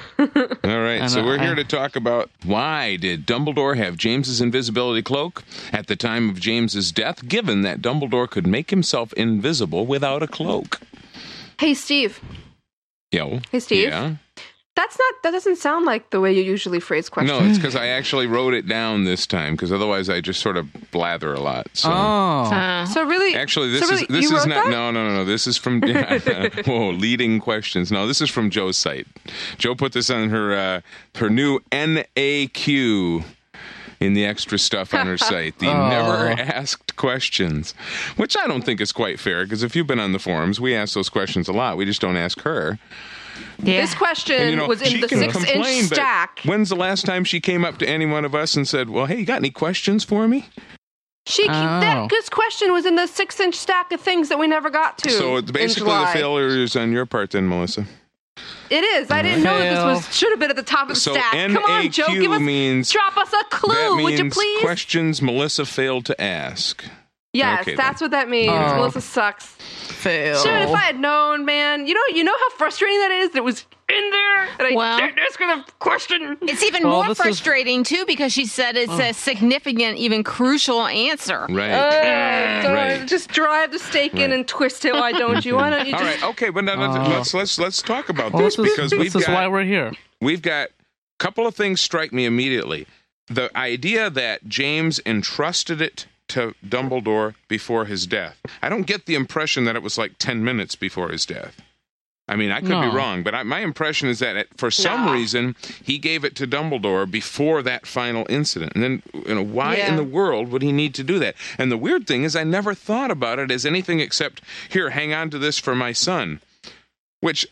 S13: right,
S9: And,
S13: so
S9: uh,
S13: we're here
S9: I-
S13: to talk about why did Dumbledore have James's invisibility cloak at the time of James's death, given that Dumbledore could make himself invisible without a cloak.
S7: hey, Steve.
S13: Yo.
S7: Hey, Steve.
S13: Yeah.
S7: That's not. That doesn't sound like the way you usually phrase questions.
S13: No, it's because I actually wrote it down this time, because otherwise I just sort of blather a lot. So.
S9: Oh,
S8: Uh,
S7: So really,
S13: Actually,
S7: so
S13: this
S7: really,
S13: is this
S7: you
S13: is
S7: wrote
S13: not
S7: that?
S13: no no no no. This is from whoa leading questions. No, this is from Joe's site. Joe put this on her uh, her new NAQ in the extra stuff on her site. The
S9: Oh.
S13: never asked questions, which I don't think is quite fair because if you've been on the forums, we ask those questions a lot. We just don't ask her.
S8: yeah.
S7: This question
S13: And, you know,
S7: was in
S13: she
S7: the
S13: can
S7: six-inch
S13: complain, but
S7: stack.
S13: When's the last time she came up to any one of us and said, "Well, hey, you got any questions for me?"
S7: She
S9: Oh.
S7: that this question was in the six-inch stack of things that we never got to.
S13: So
S7: in
S13: it's basically, the
S7: July.
S13: failure is on your part, then, Melissa.
S7: It is. I didn't know that this
S9: Fail.
S7: was should have been at the top of the
S13: So
S7: stack. Come on, Joe,
S13: NAQ
S7: give us
S13: means
S7: drop us a clue,
S13: that means
S7: would you please?
S13: questions Melissa failed to ask.
S7: yes,
S13: okay,
S7: that's what that means.
S9: Oh.
S7: Melissa sucks.
S9: fail.
S7: Should if I had known, man. You know, you know how frustrating that is. That it was in there, and I
S8: Well-
S7: didn't ask her the question.
S8: It's even
S9: Well,
S8: more
S9: this is-
S8: frustrating, too, because she said it's a significant, even crucial answer.
S13: Right.
S7: Oh. Don't
S13: Right.
S7: Just drive the steak in
S13: Right.
S7: and twist it. Why don't you? Why don't you
S13: All
S7: just
S13: right. Okay, but now
S9: Oh.
S13: let's let's let's talk about
S9: Well,
S13: this
S9: this is,
S13: because we've
S9: this is
S13: got
S9: why we're here.
S13: we've got a couple of things strike me immediately. The idea that James entrusted it to Dumbledore before his death. I don't get the impression that it was like 10 minutes before his death. I mean, I could
S9: No.
S13: be wrong, but I, my impression is that it, for some reason he gave it to Dumbledore before that final incident. And then, you know, why in
S7: Yeah.
S13: the world would he need to do that? And the weird thing is, I never thought about it as anything except, here, hang on to this for my son, which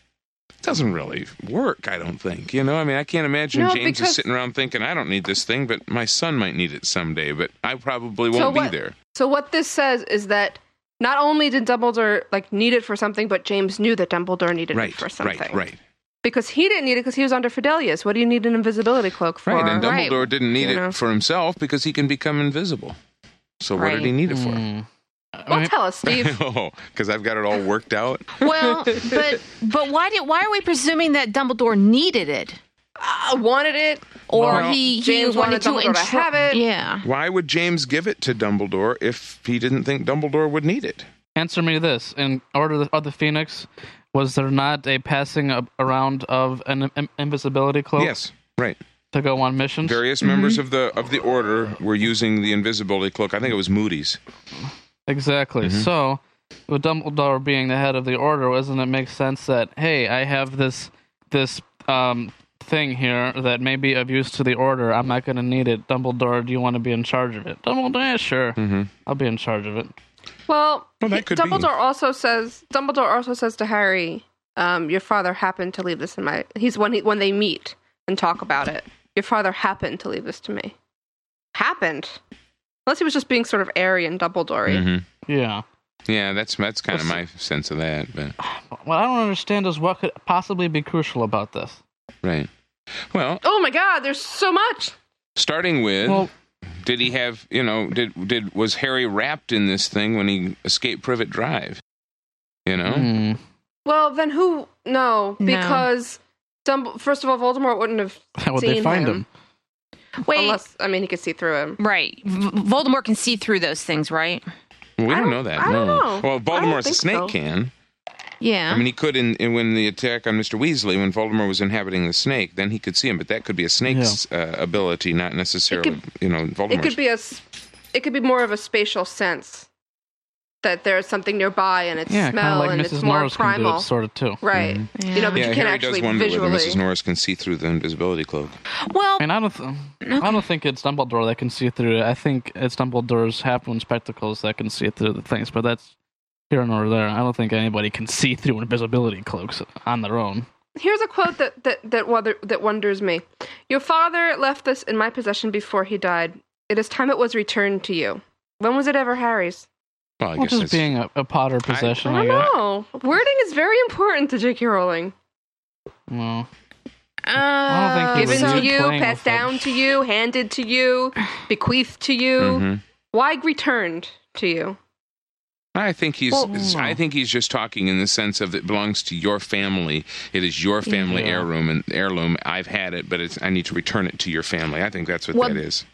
S13: doesn't really work. I don't think. You know, I mean, I can't imagine
S7: No,
S13: James
S7: because-
S13: is sitting around thinking, I don't need this thing, but my son might need it someday. But I probably won't
S7: what-
S13: be there.
S7: So what this says is that not only did Dumbledore like need it for something, but James knew that Dumbledore needed
S13: Right,
S7: it for something.
S13: right, right.
S7: because he didn't need it because he was under Fidelius. What do you need an invisibility cloak for?
S13: Right, and Dumbledore didn't need
S7: You know.
S13: it for himself because he can become invisible. So what did he
S7: Right.
S13: need it for?
S7: Well, tell us, Steve.
S13: oh, because I've got it all worked out.
S8: Well, but but why did why are we presuming that Dumbledore needed it?
S7: Uh, wanted it,
S8: or
S13: Well-
S8: he
S7: James
S8: he wanted,
S7: wanted Dumbledore to
S8: entr-
S7: have it.
S8: Yeah.
S13: Why would James give it to Dumbledore if he didn't think Dumbledore would need it?
S9: Answer me this: In Order of the Phoenix, was there not a passing ab- around of an im- invisibility cloak?
S13: Yes, right.
S9: To go on missions.
S13: Various members of the of the order were using the invisibility cloak. I think it was Moody's. Mm-hmm.
S9: Exactly. So, with Dumbledore being the head of the order, doesn't it make sense that hey, I have this this um, thing here that may be of use to the order. I'm not going to need it. Dumbledore, do you want to be in charge of it?
S13: Mm-hmm.
S9: Dumbledore, "Yeah, sure. I'll be in charge of it.
S7: Well,
S13: Well, that could be.
S7: Dumbledore also says Dumbledore also says to Harry, um, "Your father happened to leave this in my." He's when he, when they meet and talk about it. Your father happened to leave this to me. Happened, unless he was just being sort of airy and Dumbledore.
S13: Mm-hmm.
S9: Yeah.
S13: Yeah, that's that's kind of my sense of that. But
S9: What I don't understand is what could possibly be crucial about this.
S13: right. Well,
S7: Oh my God, there's so much.
S13: starting with,
S9: Well-
S13: did he have you know did did was Harry wrapped in this thing when he escaped Privet Drive? You know,
S9: Hmm.
S7: Well, then who? No, because Dumb- first of all, Voldemort wouldn't have
S9: How would
S7: seen
S9: they find
S7: him.
S9: him?
S8: Wait,
S7: Unless I mean, he could see through him.
S8: right. V- Voldemort can see through those things, right?
S13: Well, we
S7: I
S13: don't,
S7: don't-
S13: know that.
S7: I don't
S13: no.
S7: know. I
S13: Well,
S7: don't
S13: Voldemort's a
S7: think
S13: snake
S7: so.
S13: can.
S8: Yeah.
S13: I mean, he could in, in when the attack on Mr. Weasley, when Voldemort was inhabiting the snake, then he could see him. But that could be a snake's uh, ability, not necessarily, you know, Voldemort's.
S7: It could be a, s- it could be more of a spatial sense that there's something nearby and it's
S9: yeah, kind
S7: smell
S9: of like
S7: and
S9: Mrs.
S7: it's more
S9: Norris can do
S7: primal,
S9: it, sort of mm-hmm. too.
S7: right? You know, but
S13: yeah,
S7: you can't
S13: Harry
S7: actually
S13: does wonder
S7: visually.
S13: whether Mrs. Norris can see through the invisibility cloak.
S8: well,
S9: I mean, I don't, th- um, I don't think it's Dumbledore that can see through it. I think it's Dumbledore's half-moon spectacles that can see through the things, but that's here nor there. I don't think anybody can see through invisibility cloaks on their own.
S7: Here's a quote that that that, wonder, that wonders me. Your father left this in my possession before he died. It is time it was returned to you. When was it ever Harry's?
S13: Well, I
S9: well,
S13: guess
S9: just
S13: that's,
S9: being a, a Potter possession, I,
S7: I
S9: guess.
S7: don't know. Wording is very important to J.K. Rowling.
S9: Well,
S8: uh,
S9: I don't think he
S7: Given
S9: was
S7: to
S9: even
S7: you,
S9: playing
S7: passed
S9: with them.
S7: down to you, handed to you, bequeathed to you.
S13: Mhm.
S7: Why returned to you?
S13: I think he's. I think he's just talking in the sense of it belongs to your family. It is your family heirloom and heirloom. I've had it, but it's. I need to return it to your family. I think that's what
S8: Well,
S13: that is.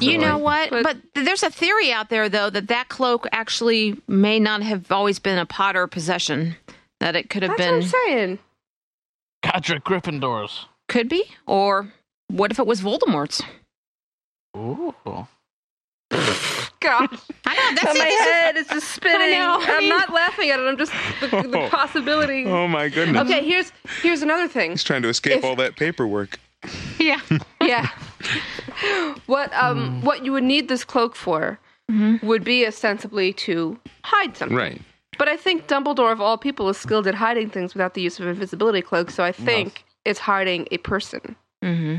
S8: you know what? But there's a theory out there though that that cloak actually may not have always been a Potter possession. That it could have
S7: That's
S8: been
S7: what I'm saying.
S9: Godric Gryffindors.
S8: could be or what if it was Voldemort's?
S9: Ooh.
S7: God,
S8: I know that's
S7: my
S8: this is-
S7: head is just spinning.
S8: I know, I
S7: I'm
S8: mean-
S7: not laughing at it. I'm just the, the possibility.
S13: Oh my goodness!
S7: Okay, here's here's another thing.
S13: He's trying to escape
S7: If-
S13: all that paperwork.
S8: Yeah.
S7: Yeah. what um what you would need this cloak for
S8: Mm-hmm.
S7: would be ostensibly to hide something.
S13: Right.
S7: But I think Dumbledore of all people is skilled at hiding things without the use of invisibility cloak, so I think it's hiding a person.
S8: Mm-hmm.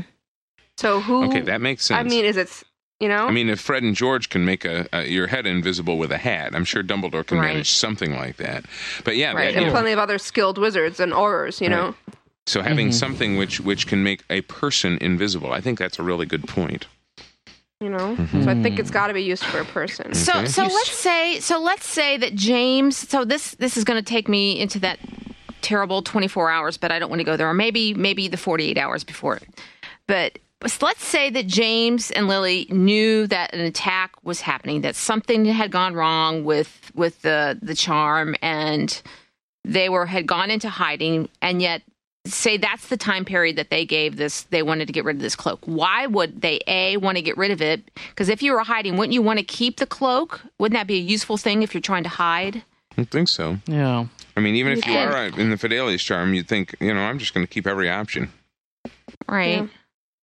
S7: So who
S13: Okay, that makes sense.
S7: I mean, is it s- you know?
S13: I mean, if Fred and George can make a, a your head invisible with a hat, I'm sure Dumbledore can
S8: Right.
S13: manage something like that. But yeah,
S7: right.
S13: that-
S7: And plenty of other skilled wizards and aurors, you know.
S13: so having
S7: Mm-hmm.
S13: something which which can make a person invisible, I think that's a really good point.
S7: You know?
S13: Mm-hmm.
S7: So I think it's got to be used for a person.
S8: So
S13: Okay.
S8: so
S13: You s-
S8: let's say so let's say that James so this this is going to take me into that terrible 24 hours but I don't want to go there or maybe maybe the 48 hours before it. But let's say that James and Lily knew that an attack was happening that something had gone wrong with with the the charm and they were had gone into hiding and yet say that's the time period that they gave this they wanted to get rid of this cloak why would they a want to get rid of it because if you were hiding wouldn't you want to keep the cloak wouldn't that be a useful thing if you're trying to hide
S13: I think so.
S9: Yeah.
S13: I mean, even if you
S8: Yeah.
S13: are uh, in the Fidelius charm, you'd think, you know, I'm just going to keep every option.
S8: right
S7: Yeah.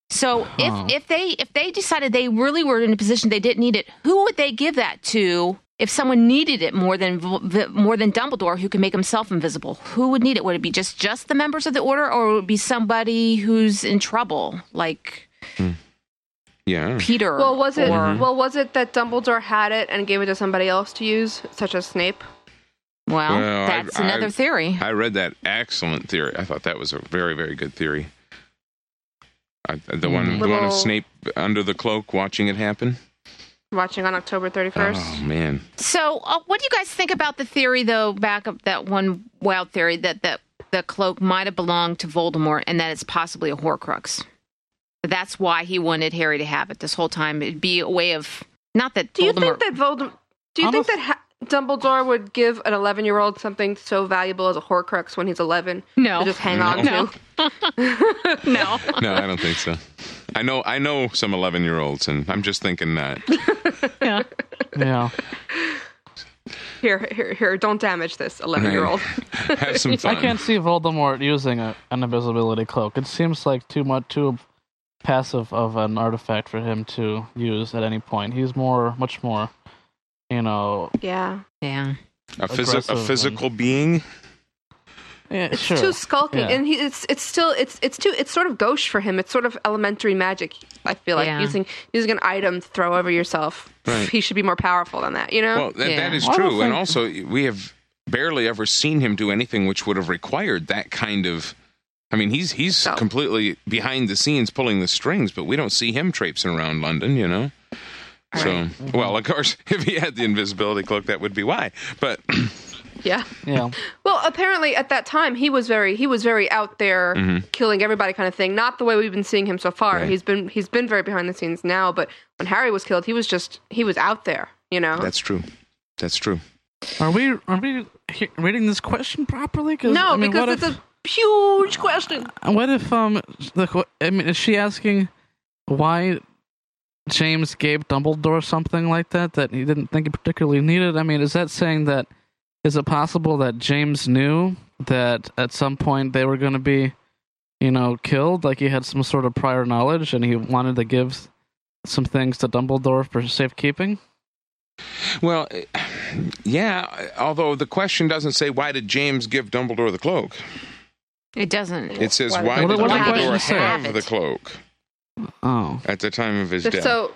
S8: so
S9: Huh.
S8: if if they if they decided they really were in a position they didn't need it who would they give that to if someone needed it more than Vo- the- more than Dumbledore who can make himself invisible who would need it would it be just just the members of the order or would it be somebody who's in trouble like
S13: Yeah.
S8: Peter
S7: Well, was it
S8: or-
S7: well was it that Dumbledore had it and gave it to somebody else to use, such as Snape?
S8: Well,
S13: Well, I-
S8: that's
S13: I-
S8: another theory.
S13: I read that excellent theory. I thought that was a very, very good theory. I, the one, the one of
S7: Little-
S13: Snape under the cloak watching it happen.
S7: Watching on October 31st.
S13: Oh man,
S8: So, uh, what do you guys think about the theory, though, back of that one wild theory that the, the cloak might have belonged to Voldemort and that it's possibly a Horcrux? That's why he wanted Harry to have it this whole time. It'd be a way of not that
S7: Do you think
S8: Voldemort.
S7: that Voldem- Do you think that ha- Dumbledore would give an 11 year old something so valuable as a Horcrux when he's 11?
S8: No.
S7: To just hang
S13: No.
S7: on
S13: No.
S7: to?
S8: no.
S13: no, I don't think so. I know, I know some eleven-year-olds, and I'm just thinking that.
S8: Yeah.
S9: Yeah.
S7: Here, here, here, don't damage this 11 year old.
S13: Have some
S9: I can't see Voldemort using a, an invisibility cloak. It seems like too much, too passive of an artifact for him to use at any point. He's more, much more, you know.
S7: Yeah.
S8: Yeah.
S13: A, phys-
S9: Aggressive
S13: a
S9: and-
S13: physical being.
S9: Yeah,
S7: It's
S9: eh, sure.
S7: too skulking,
S9: Yeah.
S7: and he, it's it's still it's it's too it's sort of gauche for him. It's sort of elementary magic. I feel like
S8: Yeah.
S7: using using an item to throw over yourself.
S13: Right.
S7: He should be more powerful than that. You know.
S13: Well, that, that is
S9: I don't
S13: true, and
S9: think-
S13: also we have barely ever seen him do anything which would have required that kind of. I mean, he's he's
S7: No.
S13: completely behind the scenes pulling the strings, but we don't see him traipsing around London, you know. So, well, of course, if he had the invisibility cloak, that would be why. But
S7: yeah.
S9: yeah.
S7: Well, apparently at that time he was very he was very out there killing everybody kind of thing. Not the way we've been seeing him so far.
S13: Right.
S7: He's been he's been very behind the scenes now, but when Harry was killed, he was just he was out there, you know.
S13: that's true. That's true.
S9: Are we are we he- reading this question properly? 'Cause,
S7: no,
S9: I mean,
S7: because
S9: what
S7: it's
S9: if,
S7: a huge question.
S9: What if um the qu- I mean is she asking why James gave Dumbledore something like that that he didn't think he particularly needed? I mean, is that saying that is it possible that James knew that at some point they were going to be you know killed like he had some sort of prior knowledge and he wanted to give some things to Dumbledore for safekeeping?
S13: Well, eh, yeah. Although the question doesn't say why did James give Dumbledore the cloak.
S8: It doesn't.
S13: It says
S7: Why
S13: why,
S7: did
S13: did
S9: Dumbledore
S13: Dumbledore
S8: have
S13: have
S8: it?"
S13: the cloak
S9: Oh.
S13: at the time of his
S7: If
S13: death.
S7: so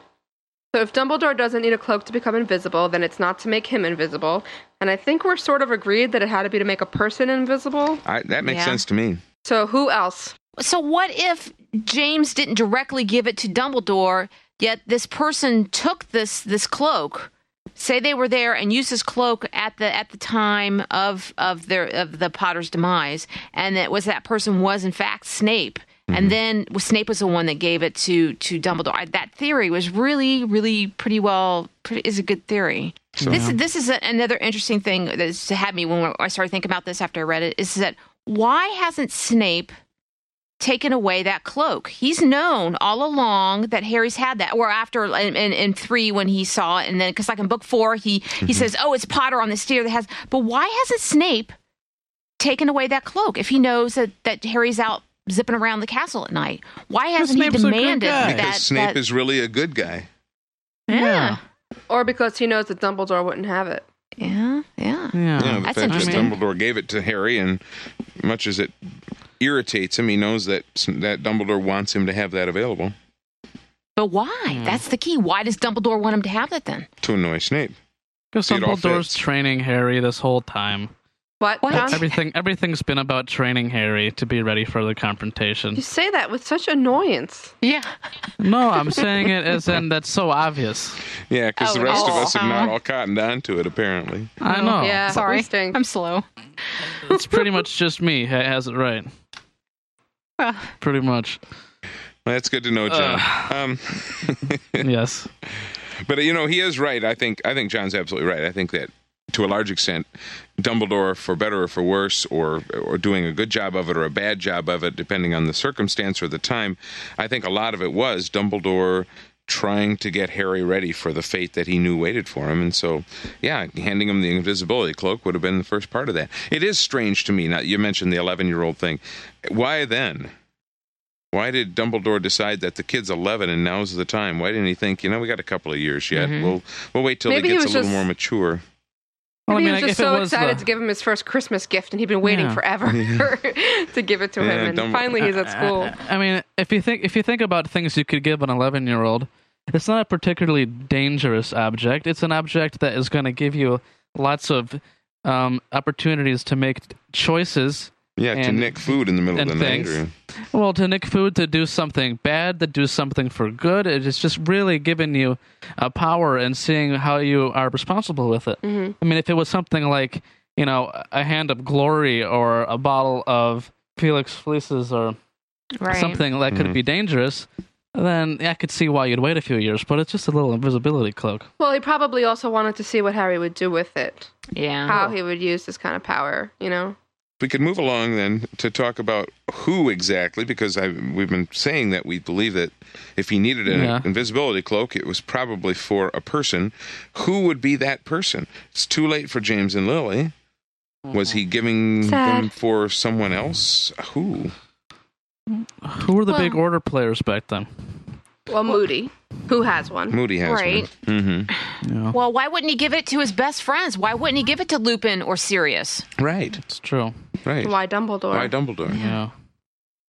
S7: so if Dumbledore doesn't need a cloak to become invisible, then it's not to make him invisible. And I think we're sort of agreed that it had to be to make a person invisible.
S13: I, that makes
S8: Yeah.
S13: sense to me.
S7: So who else?
S8: So, what if James didn't directly give it to Dumbledore, yet this person took this this cloak? Say they were there and used this cloak at the at the time of of their of the Potter's demise, and that was that person was in fact Snape, and then was Snape was the one that gave it to to Dumbledore. I, that theory was really really pretty well pretty, is a good theory. This this is a, another interesting thing that's had me when I started thinking about this after I read it is that why hasn't Snape taken away that cloak. He's known all along that Harry's had that. Or after in, in, in three when he saw it, and then because like in book four he he says, "Oh, it's Potter on the stair that has." But why hasn't Snape taken away that cloak if he knows that that Harry's out zipping around the castle at night? Why hasn't he
S9: Snape's a good
S8: demanded
S9: guy.
S8: that?
S13: Because Snape
S8: that-
S13: is really a good guy.
S8: yeah,
S7: Or because he knows that Dumbledore wouldn't have it.
S8: yeah, yeah.
S9: Yeah.
S13: Yeah, the
S8: That's
S13: fact that
S8: interesting.
S13: Dumbledore gave it to Harry, and much as it irritates him, he knows that that Dumbledore wants him to have that available
S8: But why? That's the key. Why does Dumbledore want him to have that then?
S13: to annoy Snape.
S9: Because
S13: It all
S9: Dumbledore's
S13: fits.
S9: training Harry this whole time.
S7: What?
S8: What?
S7: John?
S9: Everything everything's been about training Harry to be ready for the confrontation.
S7: You say that with such annoyance.
S8: Yeah,
S9: No, I'm saying it as in that's so obvious.
S13: Yeah, because
S8: Oh,
S13: the rest of
S8: oh.
S13: us have not all cottoned on to it, apparently.
S9: I know.
S7: yeah.
S8: sorry,
S7: we stink.
S8: I'm slow.
S9: It's pretty much just me. Ha- Has it right?
S8: Ah.
S9: Pretty much.
S13: Well, that's good to know, John. Um,
S9: Yes.
S13: but uh, you know, he is right. I think I think John's absolutely right. I think that to a large extent, Dumbledore, for better or for worse, or or doing a good job of it or a bad job of it, depending on the circumstance or the time, I think a lot of it was Dumbledore trying to get Harry ready for the fate that he knew waited for him. And so, yeah, handing him the invisibility cloak would have been the first part of that. It is strange to me. Now you mentioned the eleven year old thing. Why then? Why did Dumbledore decide that the kid's 11 and now's the time? Why didn't he think, you know, we got a couple of years yet. We'll we'll wait till
S7: Mm-hmm. Maybe
S13: he
S7: he
S13: gets a
S7: was
S13: little
S7: just-
S13: more mature.
S9: Well,
S7: Maybe
S9: I mean,
S7: he was just
S9: if it
S7: so
S9: was
S7: excited
S9: the-
S7: to give him his first Christmas gift, and he'd been waiting
S9: Yeah.
S7: forever to give it to
S13: Yeah,
S7: him. And
S13: Dumbledore-
S7: finally, he's at school.
S9: I mean, if you think if you think about things you could give an 11 year old, it's not a particularly dangerous object. It's an object that is going to give you lots of um, opportunities to make choices.
S13: Yeah, to
S9: and-
S13: nick food in the middle of
S9: and
S13: the
S9: things.
S13: night. Or,
S9: Well, to nick food, to do something bad, to do something for good. It is just really giving you uh, power and seeing how you are responsible with it.
S7: Mhm.
S9: I mean, if it was something like, you know, a hand of glory or a bottle of Felix Felices or
S8: Right.
S9: something that could
S13: Mhm.
S9: be dangerous, then I could see why you'd wait a few years, but it's just a little invisibility cloak.
S7: Well, he probably also wanted to see what Harry would do with it,
S8: Yeah.
S7: how he would use this kind of power. You know,
S13: we could move along then to talk about who exactly, because I, we've been saying that we believe that if he needed an
S9: Yeah.
S13: invisibility cloak, it was probably for a person. Who would be that person? It's too late for James and Lily. Was he giving
S7: Sad.
S13: them for someone else? Who?
S9: Who were the
S7: Well-
S9: big order players back then?
S7: well, Moody, who has one?
S13: Moody has
S8: Right.
S13: one. Mm-hmm.
S8: Well, why wouldn't he give it to his best friends? Why wouldn't he give it to Lupin or Sirius?
S13: Right.
S9: It's true.
S13: Right.
S7: Why Dumbledore?
S13: Why Dumbledore?
S9: Yeah.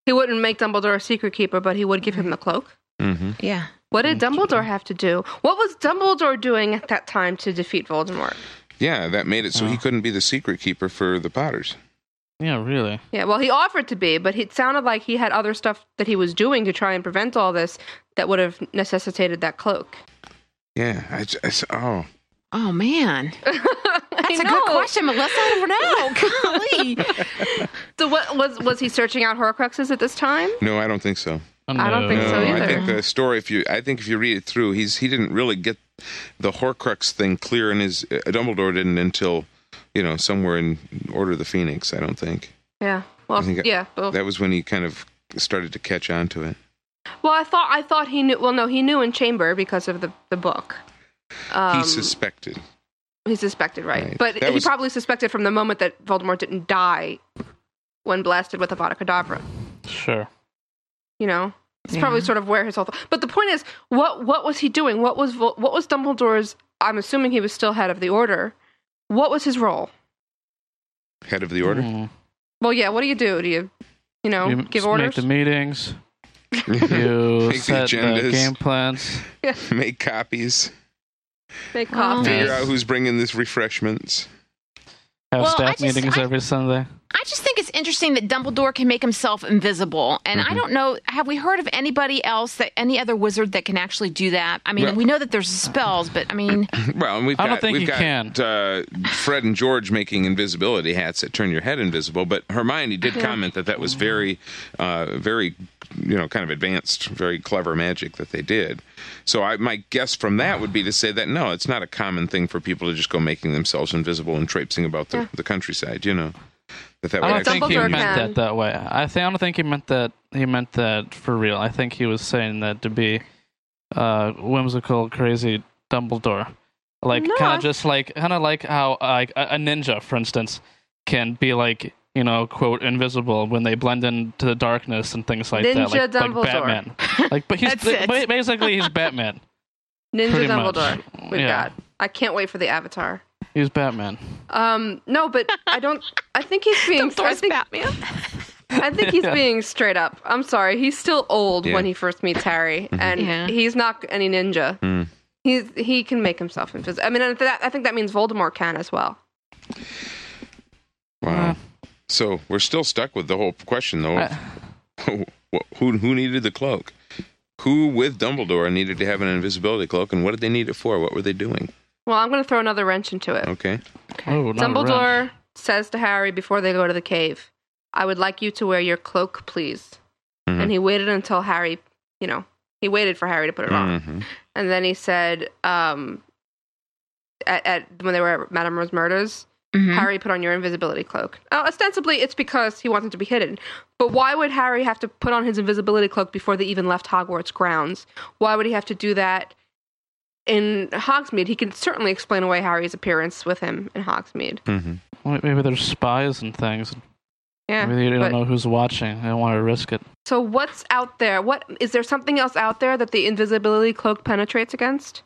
S7: he wouldn't make Dumbledore a secret keeper, but he would give him the cloak.
S13: Mm-hmm.
S8: Yeah.
S7: What did
S9: Mm,
S7: Dumbledore have to do? What was Dumbledore doing at that time to defeat Voldemort?
S13: Yeah, that made it so he
S9: Oh.
S13: couldn't be the secret keeper for the Potters.
S9: Yeah, really.
S7: Yeah, well, he offered to be, but it sounded like he had other stuff that he was doing to try and prevent all this that would have necessitated that cloak.
S13: Yeah. I, j- I s- oh.
S8: Oh man,
S7: That's
S8: it's a good question, Melissa. I don't know. Golly.
S7: So, what was was he searching out Horcruxes at this time?
S13: No, I don't think so.
S7: I don't think
S13: no,
S7: so
S13: I
S7: either.
S13: think the story. If you, I think if you read it through, he's he didn't really get the Horcrux thing clear in his. Uh, Dumbledore didn't until you know somewhere in Order of the Phoenix. I don't think
S7: Yeah. Well,
S13: I think I-
S7: yeah. Well,
S13: that was when he kind of started to catch on to it.
S7: well, I thought I thought he knew. Well, no, he knew in Chamber because of the the book. Um,
S13: he suspected.
S7: he suspected, right?
S13: Right.
S7: But
S13: That
S7: he
S13: was-
S7: probably suspected from the moment that Voldemort didn't die when blasted with Avada Kedavra.
S9: Sure.
S7: You know, it's probably sort of where his whole. Th- but the point is, what what was he doing? What was Vol- what was Dumbledore's? I'm assuming he was still head of the Order. What was his role?
S13: Head of the Order.
S9: Hmm.
S7: Well, yeah. What do you do? Do you, you know,
S9: you
S7: Oh, give
S9: make
S7: orders?
S9: the meetings. You
S13: Make the
S9: set the
S13: agendas.
S9: game plans.
S7: hmm.
S13: Make copies.
S7: Make coffee.
S13: Figure
S9: Yes.
S13: out who's bringing this refreshments.
S9: Have
S8: Well, I
S9: staff
S8: just-
S9: meetings
S8: I-
S9: every Sunday.
S8: I just think it's interesting that Dumbledore can make himself invisible, and
S9: Mm-hmm.
S8: I don't know. Have we heard of anybody else that any other wizard that can actually do that? I mean,
S13: Well-
S8: we know that there's spells, but I mean,
S13: Well, and we've
S9: I
S13: got
S9: don't think
S13: we've
S9: you
S13: got
S9: can.
S13: Uh, Fred and George making invisibility hats that turn your head invisible. But Hermione did comment that that was very, uh, very, you know, kind of advanced, very clever magic that they did. So I, my guess from that would be to say that no, it's not a common thing for people to just go making themselves invisible and traipsing about the, the countryside. You know, that that would
S9: I don't
S13: actually
S9: think he
S13: be
S7: Dumbledore
S9: meant
S13: unusual.
S7: can.
S9: that that way. I think I don't think he meant that. He meant that for real. I think he was saying that to be uh, whimsical, crazy Dumbledore, like
S7: No,
S9: kind
S7: I-
S9: of just like kind of like how uh, like a a ninja, for instance, can be like you know quote invisible when they blend into the darkness and things like
S7: Ninja
S9: that, like,
S7: Dumbledore.
S9: like Batman. Like, but he's
S8: That's it.
S9: ba- basically he's Batman.
S7: Ninja
S9: pretty much.
S7: Dumbledore. We've
S9: Yeah.
S7: got. I can't wait for the Avatar.
S9: He's Batman.
S7: Um, no, but I don't. I think he's being. I
S8: Dumbledore's
S7: think,
S8: Batman.
S7: I think he's being straight up. I'm sorry. He's still old
S13: Yeah.
S7: when he first meets Harry,
S9: Mm-hmm.
S7: and
S8: Yeah.
S7: he's not any ninja.
S13: Mm.
S7: He's he can make himself invisible. I mean, and that, I think that means Voldemort can as well.
S13: Wow. So we're still stuck with the whole question though.
S9: I-
S13: who who needed the cloak? Who with Dumbledore needed to have an invisibility cloak, and what did they need it for? What were they doing?
S7: Well, I'm going to throw another wrench into it.
S13: Okay,
S9: Oh, not a wrench.
S7: Dumbledore says to Harry before they go to the cave, "I would like you to wear your cloak, please."
S13: Mhm.
S7: And he waited until Harry, you know, he waited for Harry to put it on.
S13: Mhm.
S7: And then he said, um, at, at when they were at Madame Murders,
S8: Mhm.
S7: Harry put on your invisibility cloak. Uh, ostensibly, it's because he wanted to be hidden. But why would Harry have to put on his invisibility cloak before they even left Hogwarts grounds? Why would he have to do that in Hogsmeade? He can certainly explain away Harry's appearance with him in Hogsmeade.
S13: Mhm.
S9: Wait, Maybe there's spies and things.
S7: Yeah.
S9: Maybe they don't
S7: but-
S9: know who's watching. They don't want to risk it.
S7: So what's out there? What is there something else out there that the invisibility cloak penetrates against?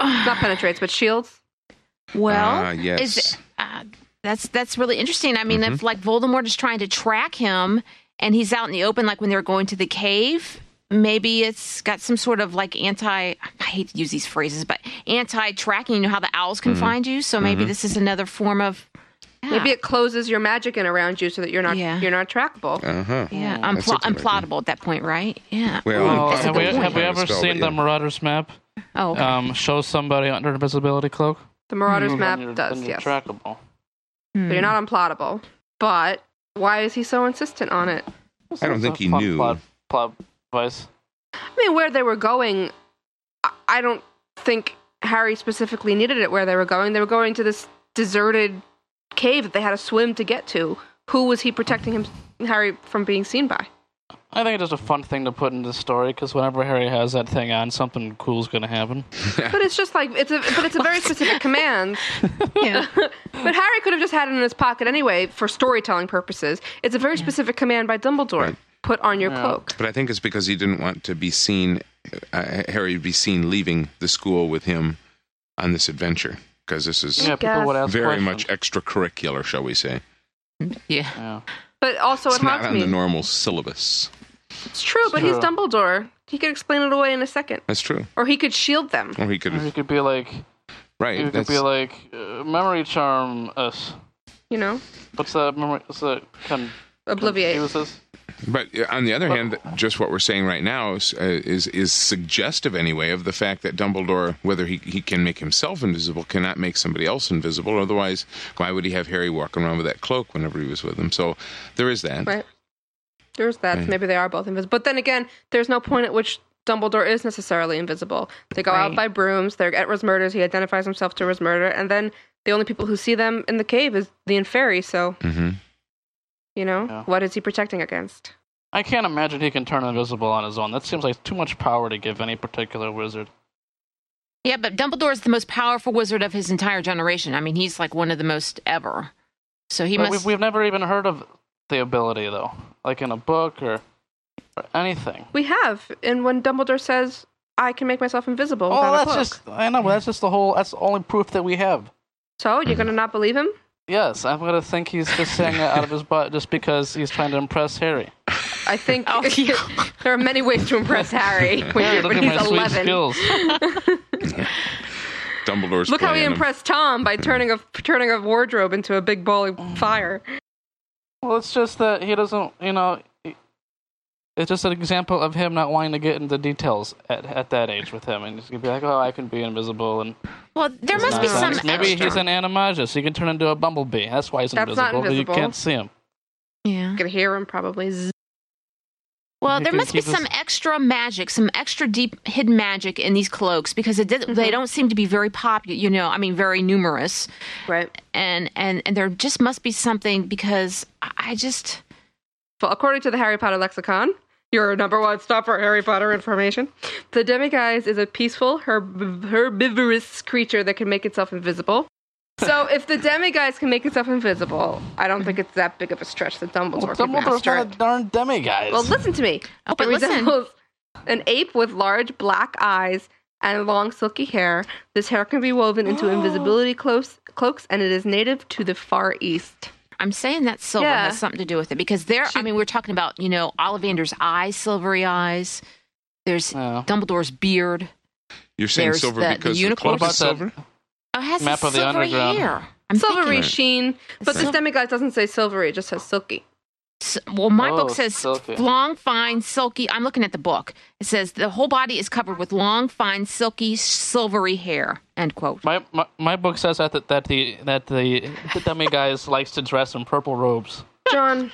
S7: Not penetrates, but shields.
S8: Well,
S13: Ah, yes.
S8: is uh, that's that's really interesting. I mean, if like Voldemort is trying to track him and he's out in the open, like when they're going to the cave, maybe it's got some sort of like anti. I hate to use these phrases, but anti-tracking. You know how the owls can find you, so maybe this is another form of
S7: Maybe it closes your magic in around you so that you're not you're not trackable.
S13: Uh huh.
S8: Yeah, unpl- unplottable at that point, right? Yeah.
S13: Well,
S8: Ooh,
S13: Oh,
S8: that's a
S9: have,
S8: good
S9: we,
S8: point.
S9: have we ever
S13: Spell,
S9: seen
S13: but
S9: the Marauders map?
S8: Oh,
S9: Um, show somebody under invisibility cloak.
S7: The Marauders
S9: Hmm.
S7: map
S9: Then you're-
S7: does,
S9: then you're
S7: yes.
S9: trackable.
S7: But you're not unplottable. But why is he so insistent on it?
S13: I don't think he
S9: Plot-
S13: knew.
S9: Plot, plot device.
S7: I mean, where they were going, I- I don't think Harry specifically needed it where they were going. They were going to this deserted cave that they had to swim to get to. Who was he protecting him, Harry, from being seen by?
S9: I think it's just a fun thing to put in the story because whenever Harry has that thing on, something cool's gonna happen.
S7: But it's just like it's a but it's a very specific command. but Harry could have just had it in his pocket anyway for storytelling purposes. It's a very specific command by Dumbledore. Put on your cloak.
S13: But I think it's because he didn't want to be seen, uh, Harry be seen leaving the school with him on this adventure because this is
S9: Yeah, people would ask
S13: very much extracurricular, shall we say?
S8: Yeah.
S7: But also it
S13: it's not
S7: haunts
S13: on the
S7: me.
S13: normal syllabus.
S7: It's true, but he's
S9: True.
S7: Dumbledore. He could explain it away in a second.
S13: That's true.
S7: Or he could shield them.
S13: Or he could
S9: You
S13: have
S9: could be like,
S13: right.
S9: you could
S13: that's-
S9: be like, uh, memory charm us.
S7: You know?
S9: What's that memory? What's that? Con-
S7: Obliviate.
S9: confuses?
S13: But uh, on the other hand, just what we're saying right now is, uh, is is suggestive anyway of the fact that Dumbledore, whether he, he can make himself invisible, cannot make somebody else invisible. Otherwise, why would he have Harry walking around with that cloak whenever he was with him? So there is that.
S7: Right. There's that.
S13: Right.
S7: Maybe they are both invisible. But then again, there's no point at which Dumbledore is necessarily invisible. They go out
S8: Right.
S7: by brooms. They're at Rosmurder's. He identifies himself to Rosmurder, and then the only people who see them in the cave is the Inferi. So
S13: hmm
S7: you know
S9: Yeah.
S7: what is he protecting against?
S9: I can't imagine he can turn invisible on his own. That seems like too much power to give any particular wizard.
S8: Yeah, but Dumbledore is the most powerful wizard of his entire generation. I mean, he's like one of the most ever. So he
S9: But
S8: must.
S9: we've, we've never even heard of the ability though, like in a book or, or anything.
S7: We have, and when Dumbledore says, "I can make myself invisible," without
S9: Oh,
S7: a
S9: that's
S7: cloak."
S9: just I know. but That's just the whole. That's the only proof that we have.
S7: so you're gonna not believe him?
S9: Yes, I'm gonna think he's just saying that out of his butt just because he's trying to impress Harry.
S7: I think
S9: Oh,
S7: there are many ways to impress Harry when,
S9: Harry,
S7: you're,
S9: look
S7: when
S9: at
S7: he's
S9: my
S7: 11.
S9: sweet skills.
S13: Dumbledore's
S7: Look how he
S13: playing him.
S7: impressed Tom by turning a turning a wardrobe into a big ball
S8: Mm.
S7: of fire.
S9: Well, it's just that he doesn't. You know, he- it's just an example of him not wanting to get into details at at that age with him, and he's gonna be like, "Oh, I can be invisible," and
S8: well, there must be some.
S9: nonsense. maybe
S8: extra-
S9: he's an animagus. He can turn into a bumblebee. That's why he's
S7: That's not
S9: invisible. but
S7: invisible.
S9: You can't see him.
S8: Yeah.
S7: You can hear him probably. Zzz.
S8: Well,
S9: You
S8: there
S9: can
S8: must be
S9: keep us-
S8: some extra magic, some extra deep hidden magic in these cloaks because it did, they don't seem to be very popular. You know, I mean, very numerous,
S7: Right.
S8: and and and there just must be something because I I just
S7: Well, according to the Harry Potter lexicon, your number one stop for Harry Potter information, the demiguise is a peaceful herb- herbivorous creature that can make itself invisible. So, if the demiguise can make itself invisible, I don't think it's that big of a stretch that Dumbledore can
S9: Dumbledore's
S7: master
S9: not a
S7: it.
S9: darn demigod.
S7: Well, listen to me.
S8: Oh, but
S7: It
S8: listen.
S7: resembles an ape with large black eyes and long silky hair. This hair can be woven into invisibility cloaks, cloaks, and it is native to the Far East.
S8: I'm saying that silver
S7: Yeah.
S8: has something to do with it because there. I mean, we're talking about you know Ollivander's eyes, silvery eyes. There's
S9: Yeah.
S8: Dumbledore's beard.
S13: You're saying
S8: There's
S13: silver
S8: the- the
S13: because the,
S8: unicorn.
S13: cloak
S9: What
S13: is
S9: about that-
S13: silver.
S8: Oh, it has
S9: Map
S8: this
S9: of the
S8: silvery
S9: underground.
S8: hair. I'm
S7: Silvery
S8: thinking-
S7: sheen, but this
S8: Sil-
S7: demiguise doesn't say silvery; it just says silky.
S8: S- Well, my
S9: Oh,
S8: book says
S9: silky.
S8: long, fine, silky. I'm looking at the book. It says the whole body is covered with long, fine, silky, silvery hair. End quote.
S9: my, my my book says that the, that the that the, the demigod likes to dress in purple robes.
S7: John.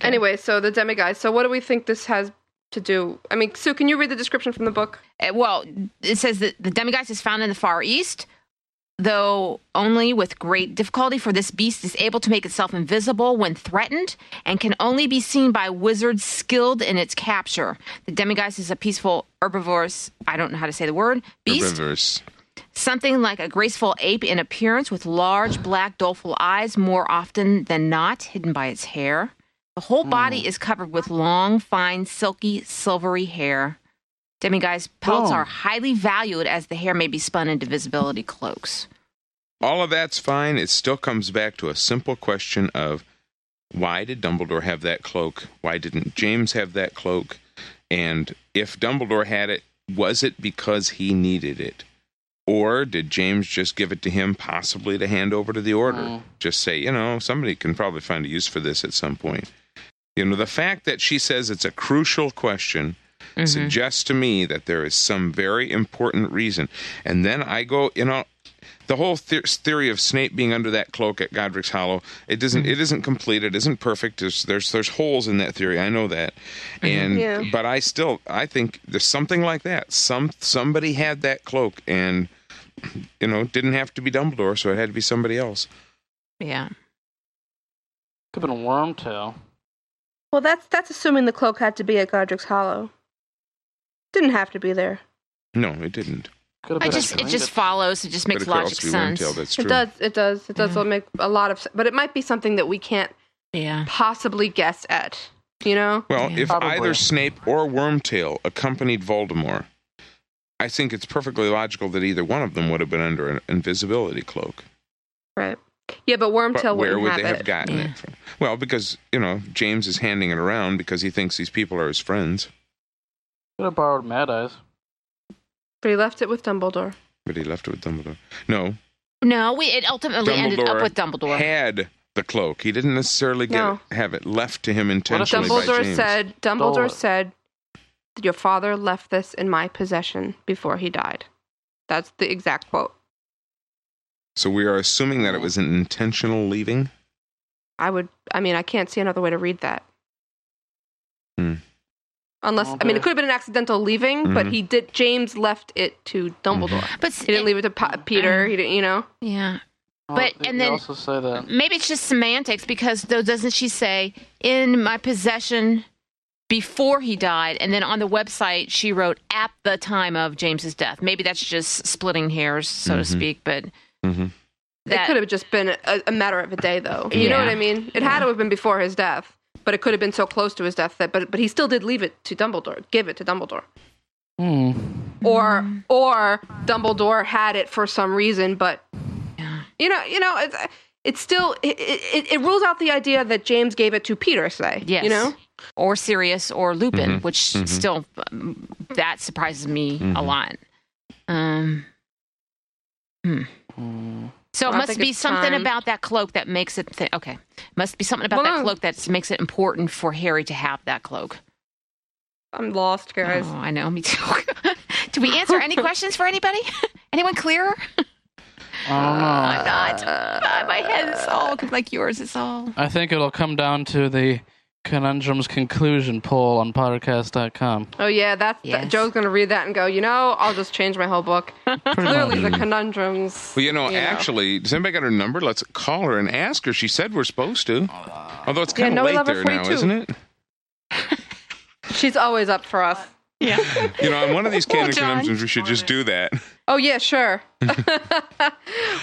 S7: Anyway, so the demiguise. So, what do we think this has to do? I mean, Sue, can you read the description from the book?
S8: Uh, Well, it says that the demiguise is found in the Far East, though only with great difficulty, for this beast is able to make itself invisible when threatened and can only be seen by wizards skilled in its capture. The demiguise is a peaceful herbivorous, I don't know how to say the word, beast.
S13: Reverse.
S8: Something like a graceful ape in appearance with large black doleful eyes more often than not hidden by its hair. The whole body is covered with long, fine, silky, silvery hair. Demiguise pelts
S9: Oh.
S8: are highly valued as the hair may be spun into visibility cloaks.
S13: All of that's fine. It still comes back to a simple question of why did Dumbledore have that cloak? Why didn't James have that cloak? And if Dumbledore had it, was it because he needed it? Or did James just give it to him possibly to hand over to the order?
S14: Mm.
S13: Just say, you know, somebody can probably find a use for this at some point. You know, the fact that she says it's a crucial question
S8: Mm-hmm.
S14: Mhm.
S13: suggests to me that there is some very important reason. And then I go, you know, the whole the- theory of Snape being under that cloak at Godric's Hollow, it doesn't
S8: Mm-hmm.
S13: it isn't complete, it isn't perfect. There's there's there's holes in that theory. I know that.
S8: Mm-hmm.
S13: And
S14: Yeah.
S13: but I still I think there's something like that. Some somebody had that cloak and you know, didn't have to be Dumbledore, so it had to be somebody else.
S8: Yeah.
S9: Could have been a worm tail.
S7: Well, that's that's assuming the cloak had to be at Godric's Hollow. Didn't have to be there.
S13: No, it didn't.
S8: I just it just follows. It just
S13: But
S8: makes
S13: it could also
S8: logic
S13: be worm
S8: sense.
S13: tail, that's
S7: It
S13: true.
S7: does. It does. It does make a lot of. se- But it might be something that we can't
S8: yeah.
S7: possibly guess at. You know.
S13: Well, if either Snape or Wormtail accompanied Voldemort, I think it's perfectly logical that either one of them would have been under an invisibility cloak.
S7: Right. Yeah, but Wormtail
S13: but where
S7: wouldn't
S13: would
S7: have
S13: they have
S7: it.
S13: gotten it from? Well, because you know James is handing it around because he thinks these people are his friends,
S9: Could have borrowed Mad Eyes.
S7: But he left it with Dumbledore.
S13: but he left it with Dumbledore. No,
S8: No, we it ultimately ended up
S13: Dumbledore
S8: with Dumbledore.
S13: had the cloak. He didn't necessarily get
S7: No.
S13: have it left to him intentionally. by
S7: Dumbledore
S13: James.
S7: said. Dumbledore said, "Your father left this in my possession before he died." That's the exact quote.
S13: So we are assuming that it was an intentional leaving.
S7: I would. I mean, I can't see another way to read that.
S13: Hmm.
S7: Unless, I mean, it could have been an accidental leaving, but
S13: Mhm.
S7: he did. James left it to
S13: Mm-hmm.
S7: Dumbledore.
S8: But
S7: he didn't leave it to pa- Peter. he didn't. You know.
S8: Yeah.
S9: Oh,
S8: But-
S9: they-
S8: and
S9: they
S8: then-
S9: also say that
S8: Maybe it's just semantics because though doesn't she say in my possession before he died and then on the website she wrote at the time of James's death. Maybe that's just splitting hairs so to
S7: Mhm.
S8: speak, but
S13: Mm-hmm.
S7: it
S8: that
S7: could have just been a, a matter of a day, though. You know
S8: Yeah.
S7: what I mean? It had to have been before his death, but it could have been so close to his death that. But but he still did leave it to Dumbledore. Give it to Dumbledore. Or
S8: Hmm.
S7: or Dumbledore had it for some reason, but you know you know it's it's still it, it, it rules out the idea that James gave it to Peter. Say
S8: yes.
S7: you know.
S8: or Sirius or Lupin, which
S7: Mhm.
S8: still um, that surprises me a
S7: Mhm.
S8: lot. Um hmm. So
S7: Well, I
S8: it must
S7: think
S8: be
S7: it's
S8: something
S7: time.
S8: about that cloak that makes it. Th- okay, must be something about
S7: Well,
S8: that
S7: no.
S8: cloak that makes it important for Harry to have that cloak.
S7: I'm lost, guys.
S8: Oh, I know, me too. Do we answer any questions for anybody? Anyone clearer? Uh, I'm not. Uh, my head is all like yours. It's all.
S9: I think it'll come down to the conundrum's conclusion poll on podcast.com.
S7: Oh yeah, that's that, Joe's gonna read that and go. You know, I'll just change my whole book. Clearly, the conundrums.
S13: Well, you know,
S7: You know.
S13: actually, does anybody got her number? Let's call her and ask her. She said we're supposed to. Although it's
S7: Yeah,
S13: kind
S7: no,
S13: of
S7: we
S13: late
S7: love her
S13: there
S7: free
S13: now,
S7: too.
S13: isn't it?
S7: She's always up for us. Yeah.
S13: You know, on one of these
S7: Well,
S13: canon
S7: John.
S13: conundrums, we should just do that.
S7: Oh yeah, sure.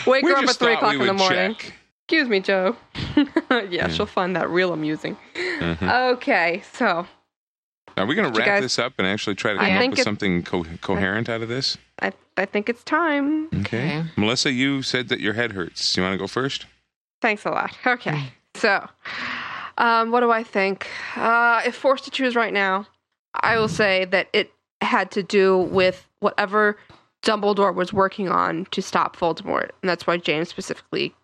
S7: Wake
S13: We
S7: her up at
S13: just
S7: three
S13: thought
S7: o'clock
S13: we
S7: in the
S13: would
S7: morning.
S13: check. Mm.
S7: Excuse me, Joe. yeah, she'll find that real amusing.
S13: Mm-hmm.
S7: Okay, so
S13: Are we going
S7: You
S13: to wrap
S7: guys-
S13: this up and actually try to
S7: I
S13: come up
S7: think
S13: with
S7: it-
S13: something co- coherent out of this?
S7: I I think it's time.
S13: Okay. Melissa, you said that your head hurts. You want to go first?
S7: Thanks a lot. Okay. So, um, what do I think? Uh, if forced to choose right now, I will say that it had to do with whatever Dumbledore was working on to stop Voldemort. And that's why James specifically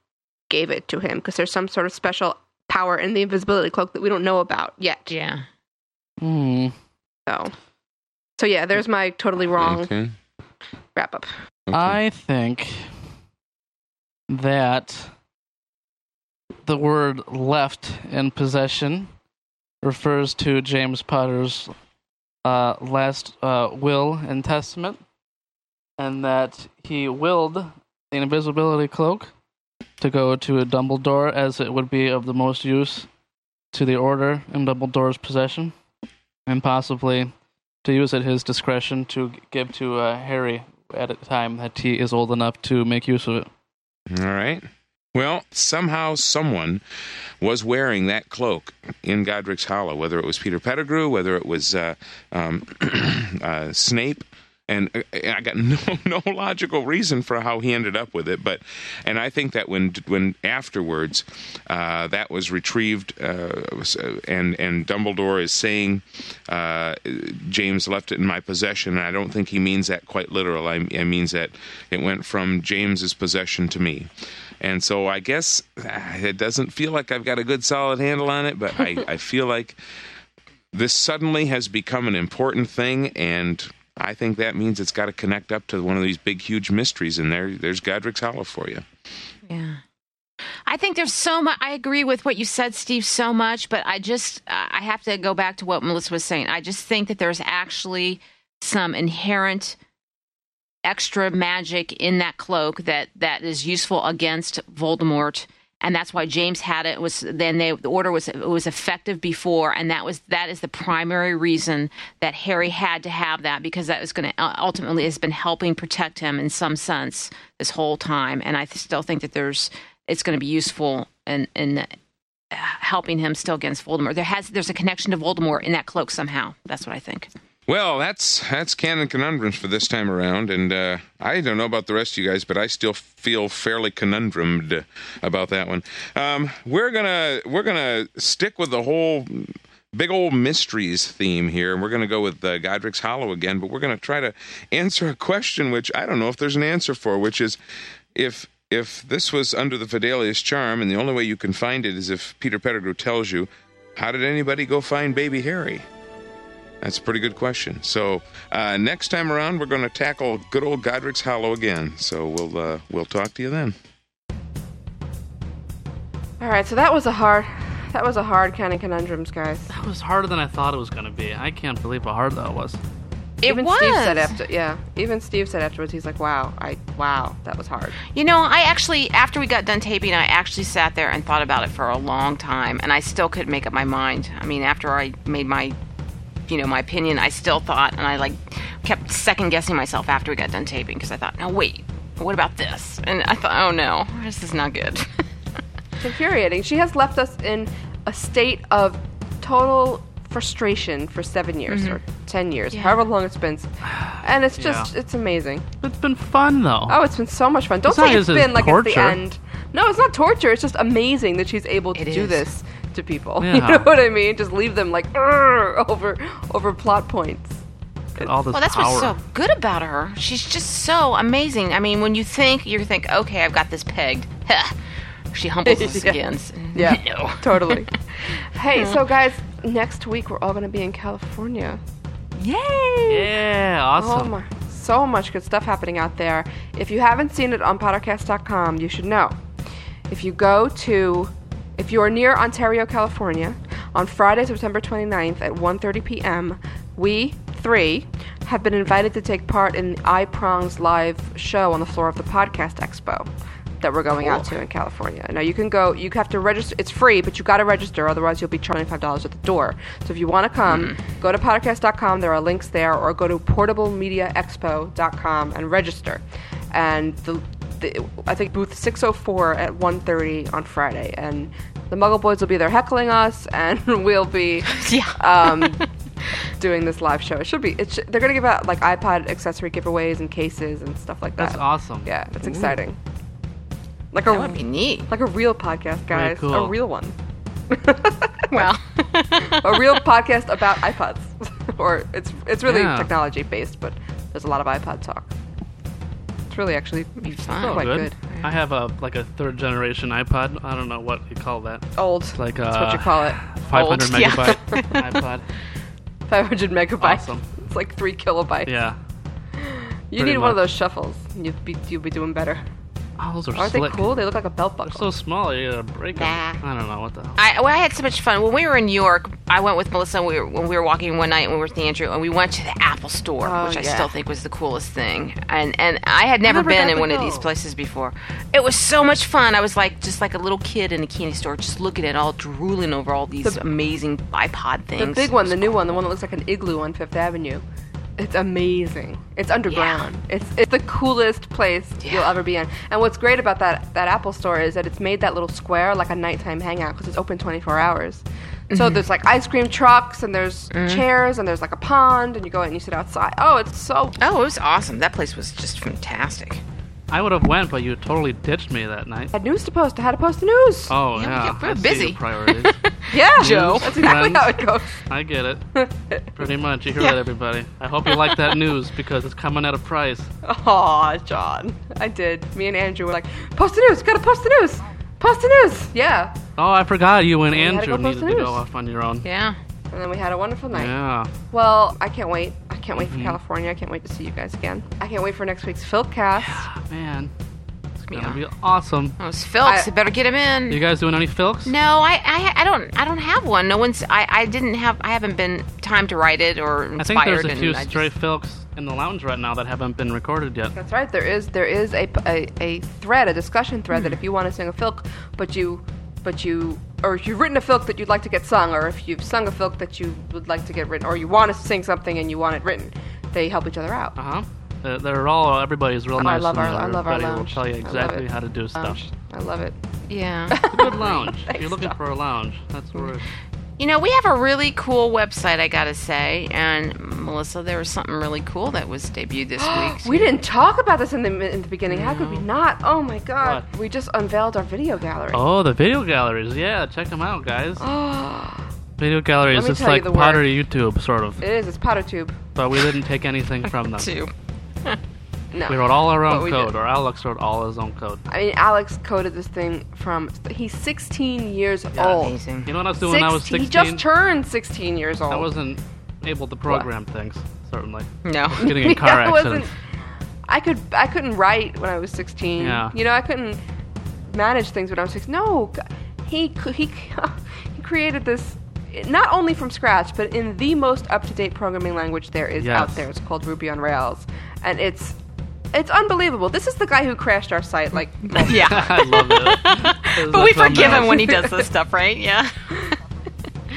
S7: gave it to him, because there's some sort of special power in the invisibility cloak that we don't know about yet.
S8: Yeah.
S9: Hmm.
S7: So, so yeah, there's my totally wrong
S13: Okay.
S7: wrap up.
S9: I think that the word left in possession refers to James Potter's uh, last uh, will and testament, and that he willed the invisibility cloak to go to a Dumbledore as it would be of the most use to the Order in Dumbledore's possession, and possibly to use at his discretion to g- give to uh, Harry at a time that he is old enough to make use of it.
S13: All right. Well, somehow someone was wearing that cloak in Godric's Hollow, whether it was Peter Pettigrew, whether it was uh, um, uh, Snape. and uh, I got no no logical reason for how he ended up with it. But and I think that when when afterwards uh, that was retrieved uh, and and Dumbledore is saying uh, James left it in my possession, and I don't think he means that quite literal. I, I means that it went from James's possession to me. And so I guess ah, it doesn't feel like I've got a good solid handle on it, but I, I feel like this suddenly has become an important thing and I think that means it's got to connect up to one of these big huge mysteries and there there's Godric's Hollow for you.
S8: Yeah. I think there's so much. I agree with what you said, Steve, so much, but I just, uh, I have to go back to what Melissa was saying. I just think that there's actually some inherent extra magic in that cloak that that is useful against Voldemort. And that's why James had it. it was then they, the order was it was effective before, and that was that is the primary reason that Harry had to have that because that was going to ultimately has been helping protect him in some sense this whole time. And I still think that there's it's going to be useful in in uh, helping him still against Voldemort. There has there's a connection to Voldemort in that cloak somehow. That's what I think.
S13: Well, that's that's canon conundrums for this time around, and uh, I don't know about the rest of you guys, but I still feel fairly conundrumed about that one. Um, we're gonna we're gonna stick with the whole big old mysteries theme here, and we're going to go with uh, Godric's Hollow again, but we're going to try to answer a question which I don't know if there's an answer for, which is if if this was under the Fidelius charm, and the only way you can find it is if Peter Pettigrew tells you, how did anybody go find baby Harry? That's a pretty good question. So uh, next time around, we're going to tackle good old Godric's Hollow again. So we'll uh, we'll talk to you then.
S7: All right, so that was a hard, that was a hard kind of conundrums, guys.
S9: That was harder than I thought it was going to be. I can't believe how hard that was.
S8: It
S7: even
S8: was.
S7: Steve said after, yeah. Even Steve said afterwards, he's like, "Wow, I wow, that was hard."
S8: You know, I actually after we got done taping, I actually sat there and thought about it for a long time, and I still couldn't make up my mind. I mean, after I made my, you know, my opinion, I still thought, and I like kept second guessing myself after we got done taping because I thought, "No, wait, what about this?" And I thought, "Oh no, this is not good."
S7: It's infuriating. She has left us in a state of total frustration for seven years
S9: Mhm.
S7: or ten years, however long it's been, and it's just
S9: Yeah.
S7: it's amazing.
S9: It's been fun though.
S7: Oh, it's been so much fun. Don't
S9: It's
S7: say
S9: not
S7: it's
S9: as
S7: been like it's
S9: torture.
S7: the end. No, it's not torture. It's just amazing that she's able to do
S9: is.
S7: this to people. You
S9: Yeah.
S7: know what I mean? Just leave them like "Urgh," over over plot points.
S9: all this
S8: well, that's what's
S9: power.
S8: so good about her. She's just so amazing. I mean, when you think you think, okay, I've got this pegged. Heh. She humbles us
S7: Yeah.
S8: again.
S7: Yeah.
S8: no,
S7: totally. Hey,
S8: Mm.
S7: so guys, next week we're all going to be in California. Yay!
S9: Yeah, awesome.
S7: Oh my, so much good stuff happening out there. If you haven't seen it on podcast.com, you should know. If you go to if you are near Ontario, California, on Friday, September 29th at 1:30 p.m., we three have been invited to take part in iProngs live show on the floor of the Podcast Expo that we're going out to in California. Now you can go. You have to register. It's free, but you got to register. Otherwise, you'll be charged five dollars at the door. So if you want to come, go to podcast.com. There are links there, or go to portablemediaexpo.com and register. And the, the I think booth 604 at 1:30 on Friday. And the Muggle Boys will be there heckling us, and we'll be um, doing this live show. It should be. It sh- they're gonna give out like iPod accessory giveaways and cases and stuff like that.
S9: That's awesome.
S7: Yeah, that's
S9: Ooh.
S7: exciting. Like a
S8: that would be neat.
S7: like a real podcast,
S9: Very
S7: guys.
S9: cool.
S7: A real one. well, a real podcast about iPods, or it's it's really
S9: Yeah.
S7: technology based, but there's a lot of iPod talk. It's really actually be
S9: Oh,
S7: quite good.
S9: I have a like a third generation iPod. I don't know what you call that.
S7: Old.
S9: It's like
S7: That's
S9: uh,
S7: what you call it.
S9: 500
S7: Old, yeah.
S9: megabyte iPod.
S7: 500 megabytes.
S9: Awesome.
S7: It's like three kilobytes.
S9: Yeah.
S7: You
S9: Pretty
S7: need one of
S9: much.
S7: those shuffles. You'd be you'll be doing better.
S9: Oh, those are
S7: Aren't
S9: slick.
S7: they cool? They look like a belt buckle.
S9: They're so small. You gotta break 'em. I don't know what the hell.
S8: I, well, I had so much fun when we were in New York. I went with Melissa when we were, when we were walking one night and we were with Andrew, and we went to the Apple Store,
S4: Oh,
S8: which I
S4: yeah.
S8: still think was the coolest thing. And and I had never,
S4: never
S8: been
S4: got
S8: in
S4: to
S8: one of
S4: go.
S8: these places before. It was so much fun. I was like just like a little kid in a candy store, just looking at all drooling over all these amazing iPod things.
S7: The big one, the new one, the one that looks like an igloo on Fifth Avenue. it's amazing. It's underground. It's it's the coolest place you'll ever be in. And what's great about that that Apple store is that it's made that little square like a nighttime hangout because it's open 24 hours. So
S9: Mm-hmm.
S14: Mhm.
S7: there's like ice cream trucks and there's
S8: Mhm.
S7: chairs and there's like a pond and you go out and you sit outside. Oh, it's so
S8: Oh, it was awesome. That place was just fantastic.
S9: I would have went, but you totally ditched me that night.
S7: Had news to post. I had to post the news.
S9: Oh
S7: Yeah,
S9: yeah,
S7: we get- we're
S9: I see
S7: busy.
S9: your priorities.
S7: Yeah,
S9: News,
S7: That's exactly
S9: friends.
S7: how it goes.
S9: I get it. Pretty much. You hear
S7: Yeah.
S9: that, everybody. I hope you like that news because it's coming at a price.
S7: Aw, John. I did. Me and Andrew were like, post the news. Gotta post the news. Post the news. Yeah.
S9: Oh, I forgot you and
S7: We had to
S9: Andrew
S7: go post
S9: needed
S7: the
S9: to
S7: news.
S9: go off on your own.
S8: Yeah.
S7: And then we had a wonderful night.
S9: Yeah.
S7: Well, I can't wait. I can't wait for
S9: Mhm.
S7: California. I can't wait to see you guys again. I can't wait for next week's Philcast.
S9: Ah, man. It's
S8: Yeah.
S9: gonna be awesome.
S8: Those Phillips, you better get him in.
S9: You guys doing any filks?
S8: No, I, I, I don't, I don't have one. No one's, I, I didn't have, I haven't been time to write it or
S9: I think
S8: inspired.
S9: there's a
S8: and
S9: few
S8: I
S9: stray filks in the lounge right now that haven't been recorded yet.
S7: That's right. There is there is a, a, a thread, a discussion thread
S9: Mm-hmm.
S7: that if you want to sing a filk, but you but you or if you've written a filk that you'd like to get sung, or if you've sung a filk that you would like to get written, or you want to sing something and you want it written, they help each other out.
S9: Uh huh. They're, they're all everybody's real
S7: Oh, I
S9: nice.
S7: love
S9: and
S7: our- I love our
S9: everybody
S7: lounge.
S9: will tell
S7: I
S9: you
S7: love
S9: exactly
S7: it. Oh,
S9: how to do stuff.
S7: Lounge. I love it.
S8: yeah.
S9: Good lounge. if you're looking for a lounge, that's where. it's-
S8: You know, we have a really cool website, I gotta say. And Melissa, there was something really cool that was debuted this week.
S7: we didn't talk about this in the in the beginning. How could we not? Oh my God! We just unveiled our video gallery.
S9: Oh, the video galleries. Yeah, check them out,
S7: Oh,
S9: guys. Oh. Video galleries.
S7: Let me
S9: It's
S7: tell you
S9: like
S7: the word.
S9: pottery YouTube, sort of.
S7: it is. It's powder tube.
S9: But we didn't take anything from them.
S7: No.
S9: We wrote all our
S7: But
S9: own
S7: we
S9: code,
S7: did.
S9: or Alex wrote all his own code.
S7: I mean, Alex coded this thing from. He's 16 years old.
S9: You know what I was doing when I was
S7: 16
S9: 16?
S7: He just turned 16 years old.
S9: I wasn't able to program things, certainly.
S8: No.
S9: I was getting in car
S7: I wasn't-
S9: accidents.
S7: I could I couldn't write when I was 16.
S9: Yeah.
S7: You know, I couldn't manage things when I was 16. No, g- he c- he he created this not only from scratch, but in the most up-to-date programming language there is
S14: Yes.
S7: out there. It's called Ruby on Rails, and it's it's unbelievable. This is the guy who crashed our site. Like,
S8: yeah,
S9: I love it.
S8: But we forgive him when he does this stuff, right? Yeah.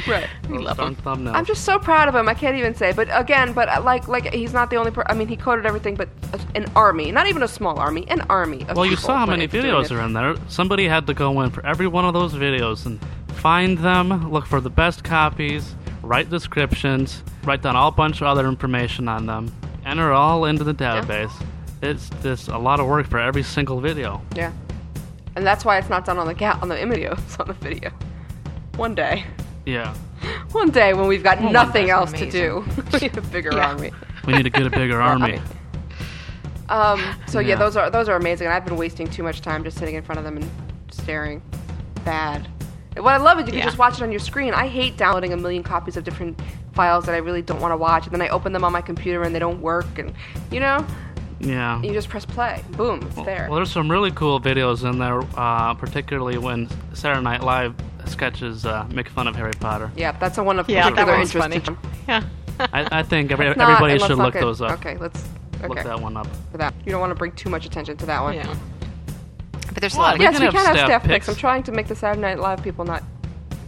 S7: right.
S8: We love
S9: him. Thumbnails.
S7: I'm just so proud of him. I can't even say. But again, but uh, like like he's not the only. Per- I mean, he coded everything, but a- an army, not even a small army, an army. Of
S9: well, you
S7: people
S9: saw how
S7: went
S9: many
S7: into doing
S9: videos
S7: it.
S9: are in there. Somebody had to go in for every one of those videos and find them, look for the best copies, write descriptions, write down all bunch of other information on them, enter all into the database. It's just a lot of work for every single video.
S7: Yeah, and that's why it's not done on the ga- on the video. It's on the video. One day,
S9: Yeah.
S7: one day when we've got
S14: Oh,
S7: nothing
S14: that's
S7: else to do,
S14: amazing.
S7: we need a bigger
S14: Yeah.
S7: army.
S9: We need to get a bigger army.
S7: Um, so yeah.
S9: Yeah.
S7: those are those are amazing, and I've been wasting too much time just sitting in front of them and staring. Bad. And What I love is you
S14: Yeah.
S7: can just watch it on your screen. I hate downloading a million copies of different files that I really don't want to watch, and then I open them on my computer and they don't work, and you know,
S9: Yeah.
S7: you just press play, boom, it's there.
S9: Well, there's some really cool videos in there, uh, particularly when Saturday Night Live sketches uh, make fun of Harry Potter.
S7: yeah, that's a one of
S9: Yeah, that
S7: particular
S9: one's
S7: interest. to
S9: funny.
S7: them.
S9: I, I think every,
S7: Let's not-
S9: everybody
S7: and let's
S9: should
S7: not
S9: look
S7: get-
S9: those up.
S7: Okay, let's okay.
S9: Look that one up.
S7: For that, you don't want to bring too much attention to that one. Yeah.
S8: But there's
S9: a lot of-
S7: yes,
S9: We
S7: we
S9: can
S7: can
S9: have
S7: have
S9: staff
S7: staff picks.
S9: picks.
S7: I'm trying to make the Saturday Night Live people not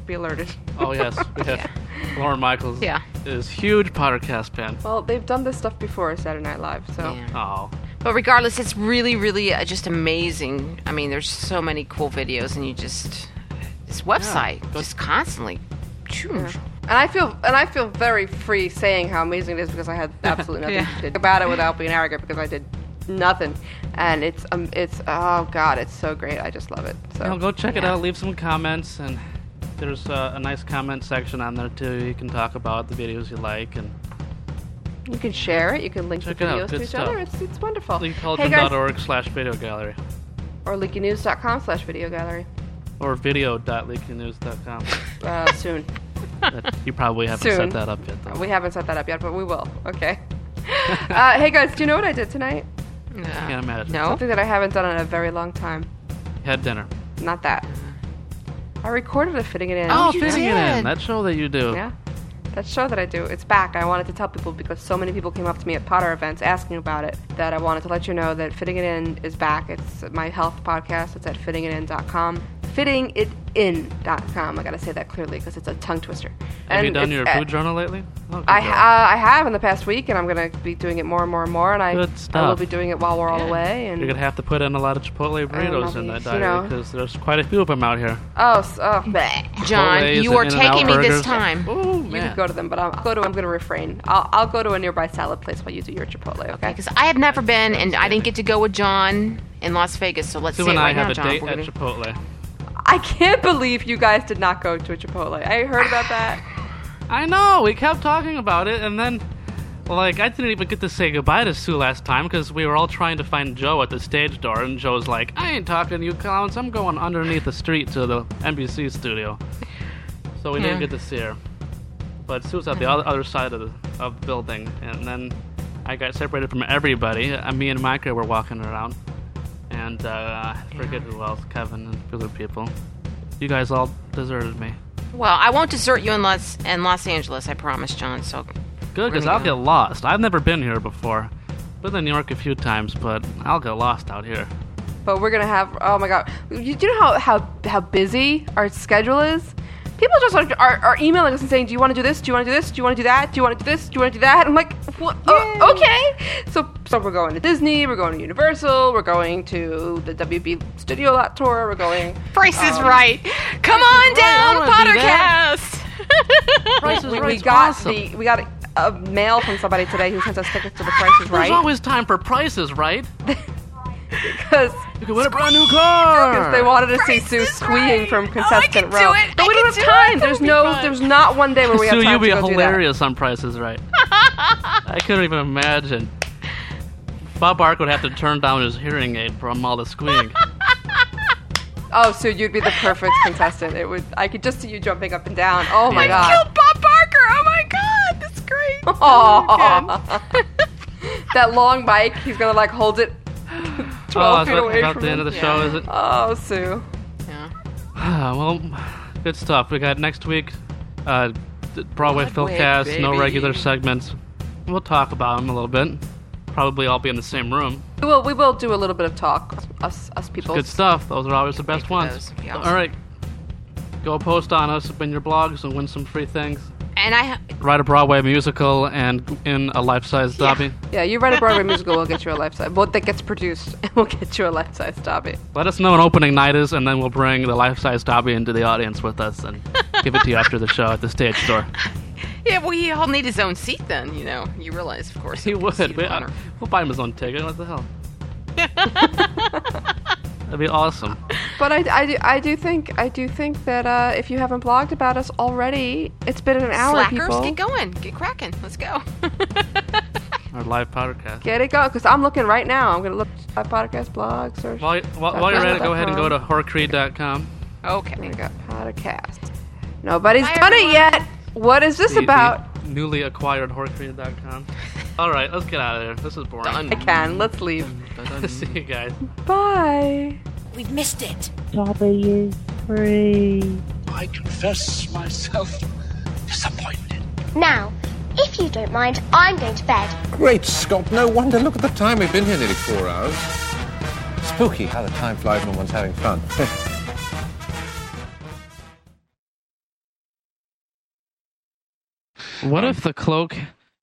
S7: be alerted.
S9: Oh yes, we have Lauren Michaels.
S7: Yeah.
S9: is huge Pottercast fan.
S7: Well, they've done this stuff before Saturday Night Live, so
S9: Oh,
S8: But regardless, it's really, really uh, just amazing. I mean, there's so many cool videos, and you just this website just constantly.
S7: Yeah. And I feel and I feel very free saying how amazing it is because I had absolutely nothing
S8: Yeah.
S7: to think about it without being arrogant because I did nothing, and it's um it's oh god it's so great I just love it. So
S9: Now, go check it
S7: Yeah.
S9: out. Leave some comments, and there's uh, a nice comment section on there too. You can talk about the videos you like, and
S7: You can share it. You can link
S9: Check
S7: the
S9: it out,
S7: videos to
S9: good
S7: each
S9: stuff.
S7: other. It's it's wonderful. Hey guys,
S9: leakyculture.org/slash video gallery
S7: or leakynews.com slash video gallery.
S9: or video.leakynews.com.
S7: Uh, soon.
S9: That- you probably haven't
S7: Soon.
S9: set that up yet, though.
S7: We haven't set that up yet, but we will. Okay. uh, hey guys, do you know what I did tonight?
S9: I can't imagine.
S7: Something that I haven't done in a very long time.
S9: Had dinner.
S7: Not that. I recorded a fitting it in.
S9: oh, fitting it in. That show that you do.
S7: Yeah. That show that I do, it's back. I wanted to tell people because so many people came up to me at Potter events asking about it that I wanted to let you know that Fitting It In is back. It's my health podcast. It's at fittingitin.com. fittingitin.com. I gotta say that clearly because it's a tongue twister.
S9: Have you
S7: And
S9: done
S7: it's
S9: your
S7: at-
S9: food journal lately? Oh,
S7: I,
S9: good
S7: ha-
S9: girl.
S7: I have in the past week, and I'm gonna be doing it more and more and more. And I, I
S9: Good
S7: will
S9: stuff.
S7: be doing it while we're all away. And
S9: You're gonna have to put in a lot of Chipotle burritos in that
S7: you know.
S9: diary because there's quite a few of them out here.
S7: Oh, s- oh. bleh.
S8: John,
S9: Chipotle's
S8: you
S9: and
S8: are
S9: In-N-Out
S8: taking me this
S9: burgers.
S8: time.
S7: You can go to them, but I'll I'll go to. I'm gonna refrain. I'll, I'll go to a nearby salad place while you do your Chipotle. Okay.
S8: Because I have never been, and I didn't get to go with John in Las Vegas. So let's
S9: Sue
S8: say it
S9: and I
S8: right
S9: have
S8: now,
S9: a
S8: John.
S9: date
S8: we're
S9: at
S8: gonna-
S9: Chipotle.
S7: I can't believe you guys did not go to a Chipotle. I heard about that.
S9: I know. We kept talking about it, and then, like, I didn't even get to say goodbye to Sue last time because we were all trying to find Joe at the stage door, and Joe's like, "I ain't talking to you clowns. I'm going underneath the street to the NBC studio." So we didn't
S8: Yeah.
S9: get to see her, but Sue was at the other, other side of the of the building, and then I got separated from everybody. Uh, me and Micah were walking around, and uh, I forget who else, Kevin and a few other people. You guys all deserted me.
S8: Well, I won't desert you in Los in Los Angeles. I promise, John. So
S9: Good, because I'll get lost. I've never been here before. Been to New York a few times, but I'll get lost out here.
S7: But we're gonna have. Oh my god! You, do you know how, how how busy our schedule is? People just are, are, are emailing us and saying, "Do you want to do this? Do you want to do this? Do you want to do that? Do you want to do this? Do you want to do that?" I'm like, "What? Oh, okay." So so we're going to Disney. We're going to Universal. We're going to the WB Studio Lot tour. We're going.
S8: Price is right. Come on down,
S7: I
S8: Pottercast.
S9: Price
S7: We, we got the we got a, a mail from somebody today who sent us tickets to the Price is
S9: There's
S7: Right
S9: always time for prices, right?
S7: because
S9: You can win a brand new car.
S7: Because they wanted to see Sue squeeing from contestant
S8: do
S7: row.
S8: it.
S7: But
S8: I
S7: we don't
S8: Oh, can
S7: have
S8: do
S7: time.
S8: it.
S7: There's
S8: That'll be
S7: no.
S8: fun.
S7: There's not one day where we have
S9: Sue,
S7: time
S9: you'll be
S7: to go
S9: hilarious on prices, right? I couldn't even imagine. Bob Bark would have to turn down his hearing aid from all the squealing.
S7: do that. Oh, Sue, you'd be the perfect contestant. It would. I could just see you jumping up and down. Oh my
S9: Yeah.
S7: god.
S8: Killed Bob Barker. Oh my God, that's great.
S9: Oh,
S7: Aw. that long bike. He's gonna like hold it. Twelve
S9: oh, is
S7: feet
S9: that
S7: away
S9: about
S7: from
S9: the end of the show, is it?
S7: Oh, Sue.
S9: Ah, well, good stuff. We got next week, uh, th- Broadway
S8: Broadway,
S9: Philcast, no
S8: baby.
S9: regular segments. We'll talk about them a little bit. Probably all be in the same room.
S7: We will. We will do a little bit of talk. Us, us people.
S9: Good stuff. Those are always the best ones.
S8: those. Be
S9: All
S8: awesome.
S9: right. Go post on us in your blogs and win some free things.
S8: And I.
S9: Write a Broadway musical and in a life-size Dobby.
S7: Yeah, you write a Broadway musical. We'll get you a life size. Well, that gets produced, and we'll get you a life size. Stop it.
S9: Let us know when opening night is, and then we'll bring the life-size Dobby into the audience with us and give it to you after the show at the stage door.
S8: Yeah, well, he'll need his own seat then. You know, you realize, of course.
S9: He
S8: he'll
S9: would. uh,
S8: proceed
S9: We,
S8: on her.
S9: will buy him his own ticket. What the hell? That'd be awesome.
S7: But I, I, do, I do think I do think that uh, if you haven't blogged about us already, it's been an hour,
S8: Slackers,
S7: people.
S8: get going, get cracking. Let's go.
S9: Our live podcast.
S7: Get it going, because I'm looking right now. I'm gonna look at podcast blogs or
S9: While, while, while you're at it, go ahead and go to horcree.com.
S8: okay.
S7: I got podcast. Nobody's
S8: Bye,
S7: done
S8: everyone.
S7: it yet. What is this
S9: The- the
S7: about?
S9: newly acquired horcree.com. All right, let's get out of there. This is boring.
S7: I can. Let's leave.
S9: See you guys.
S7: Bye.
S14: We've missed it.
S15: I confess myself disappointed.
S5: Now, if you don't mind, I'm going to bed.
S16: Great Scott, no wonder. Look at the time. We've been here nearly four hours. Spooky how the time flies when one's having fun.
S9: What if the cloak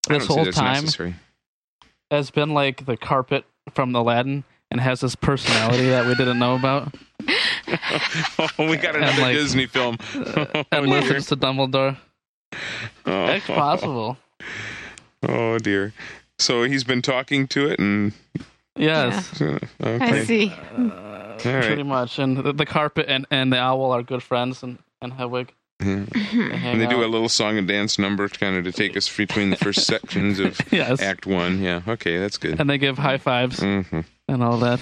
S13: I
S9: this
S13: don't see
S9: whole
S13: that's
S9: time
S13: necessary.
S9: has been like the carpet from Aladdin and has this personality that we didn't know about
S13: Oh, we got
S9: And,
S13: another
S9: like,
S13: Disney film.
S9: and listens to Dumbledore?
S13: Oh.
S9: It's possible.
S13: Oh dear. So he's been talking to it and uh,
S9: Yes.
S13: okay. All right.
S9: Pretty much. And the, the carpet and, and the owl are good friends and, and Hedwig.
S13: Yeah. Mm-hmm. And they do a little song and dance number kind of to take us between the first sections of
S9: Yes.
S13: Act One. Yeah. Okay, that's good.
S9: And they give high fives
S13: Mhm.
S9: and all that.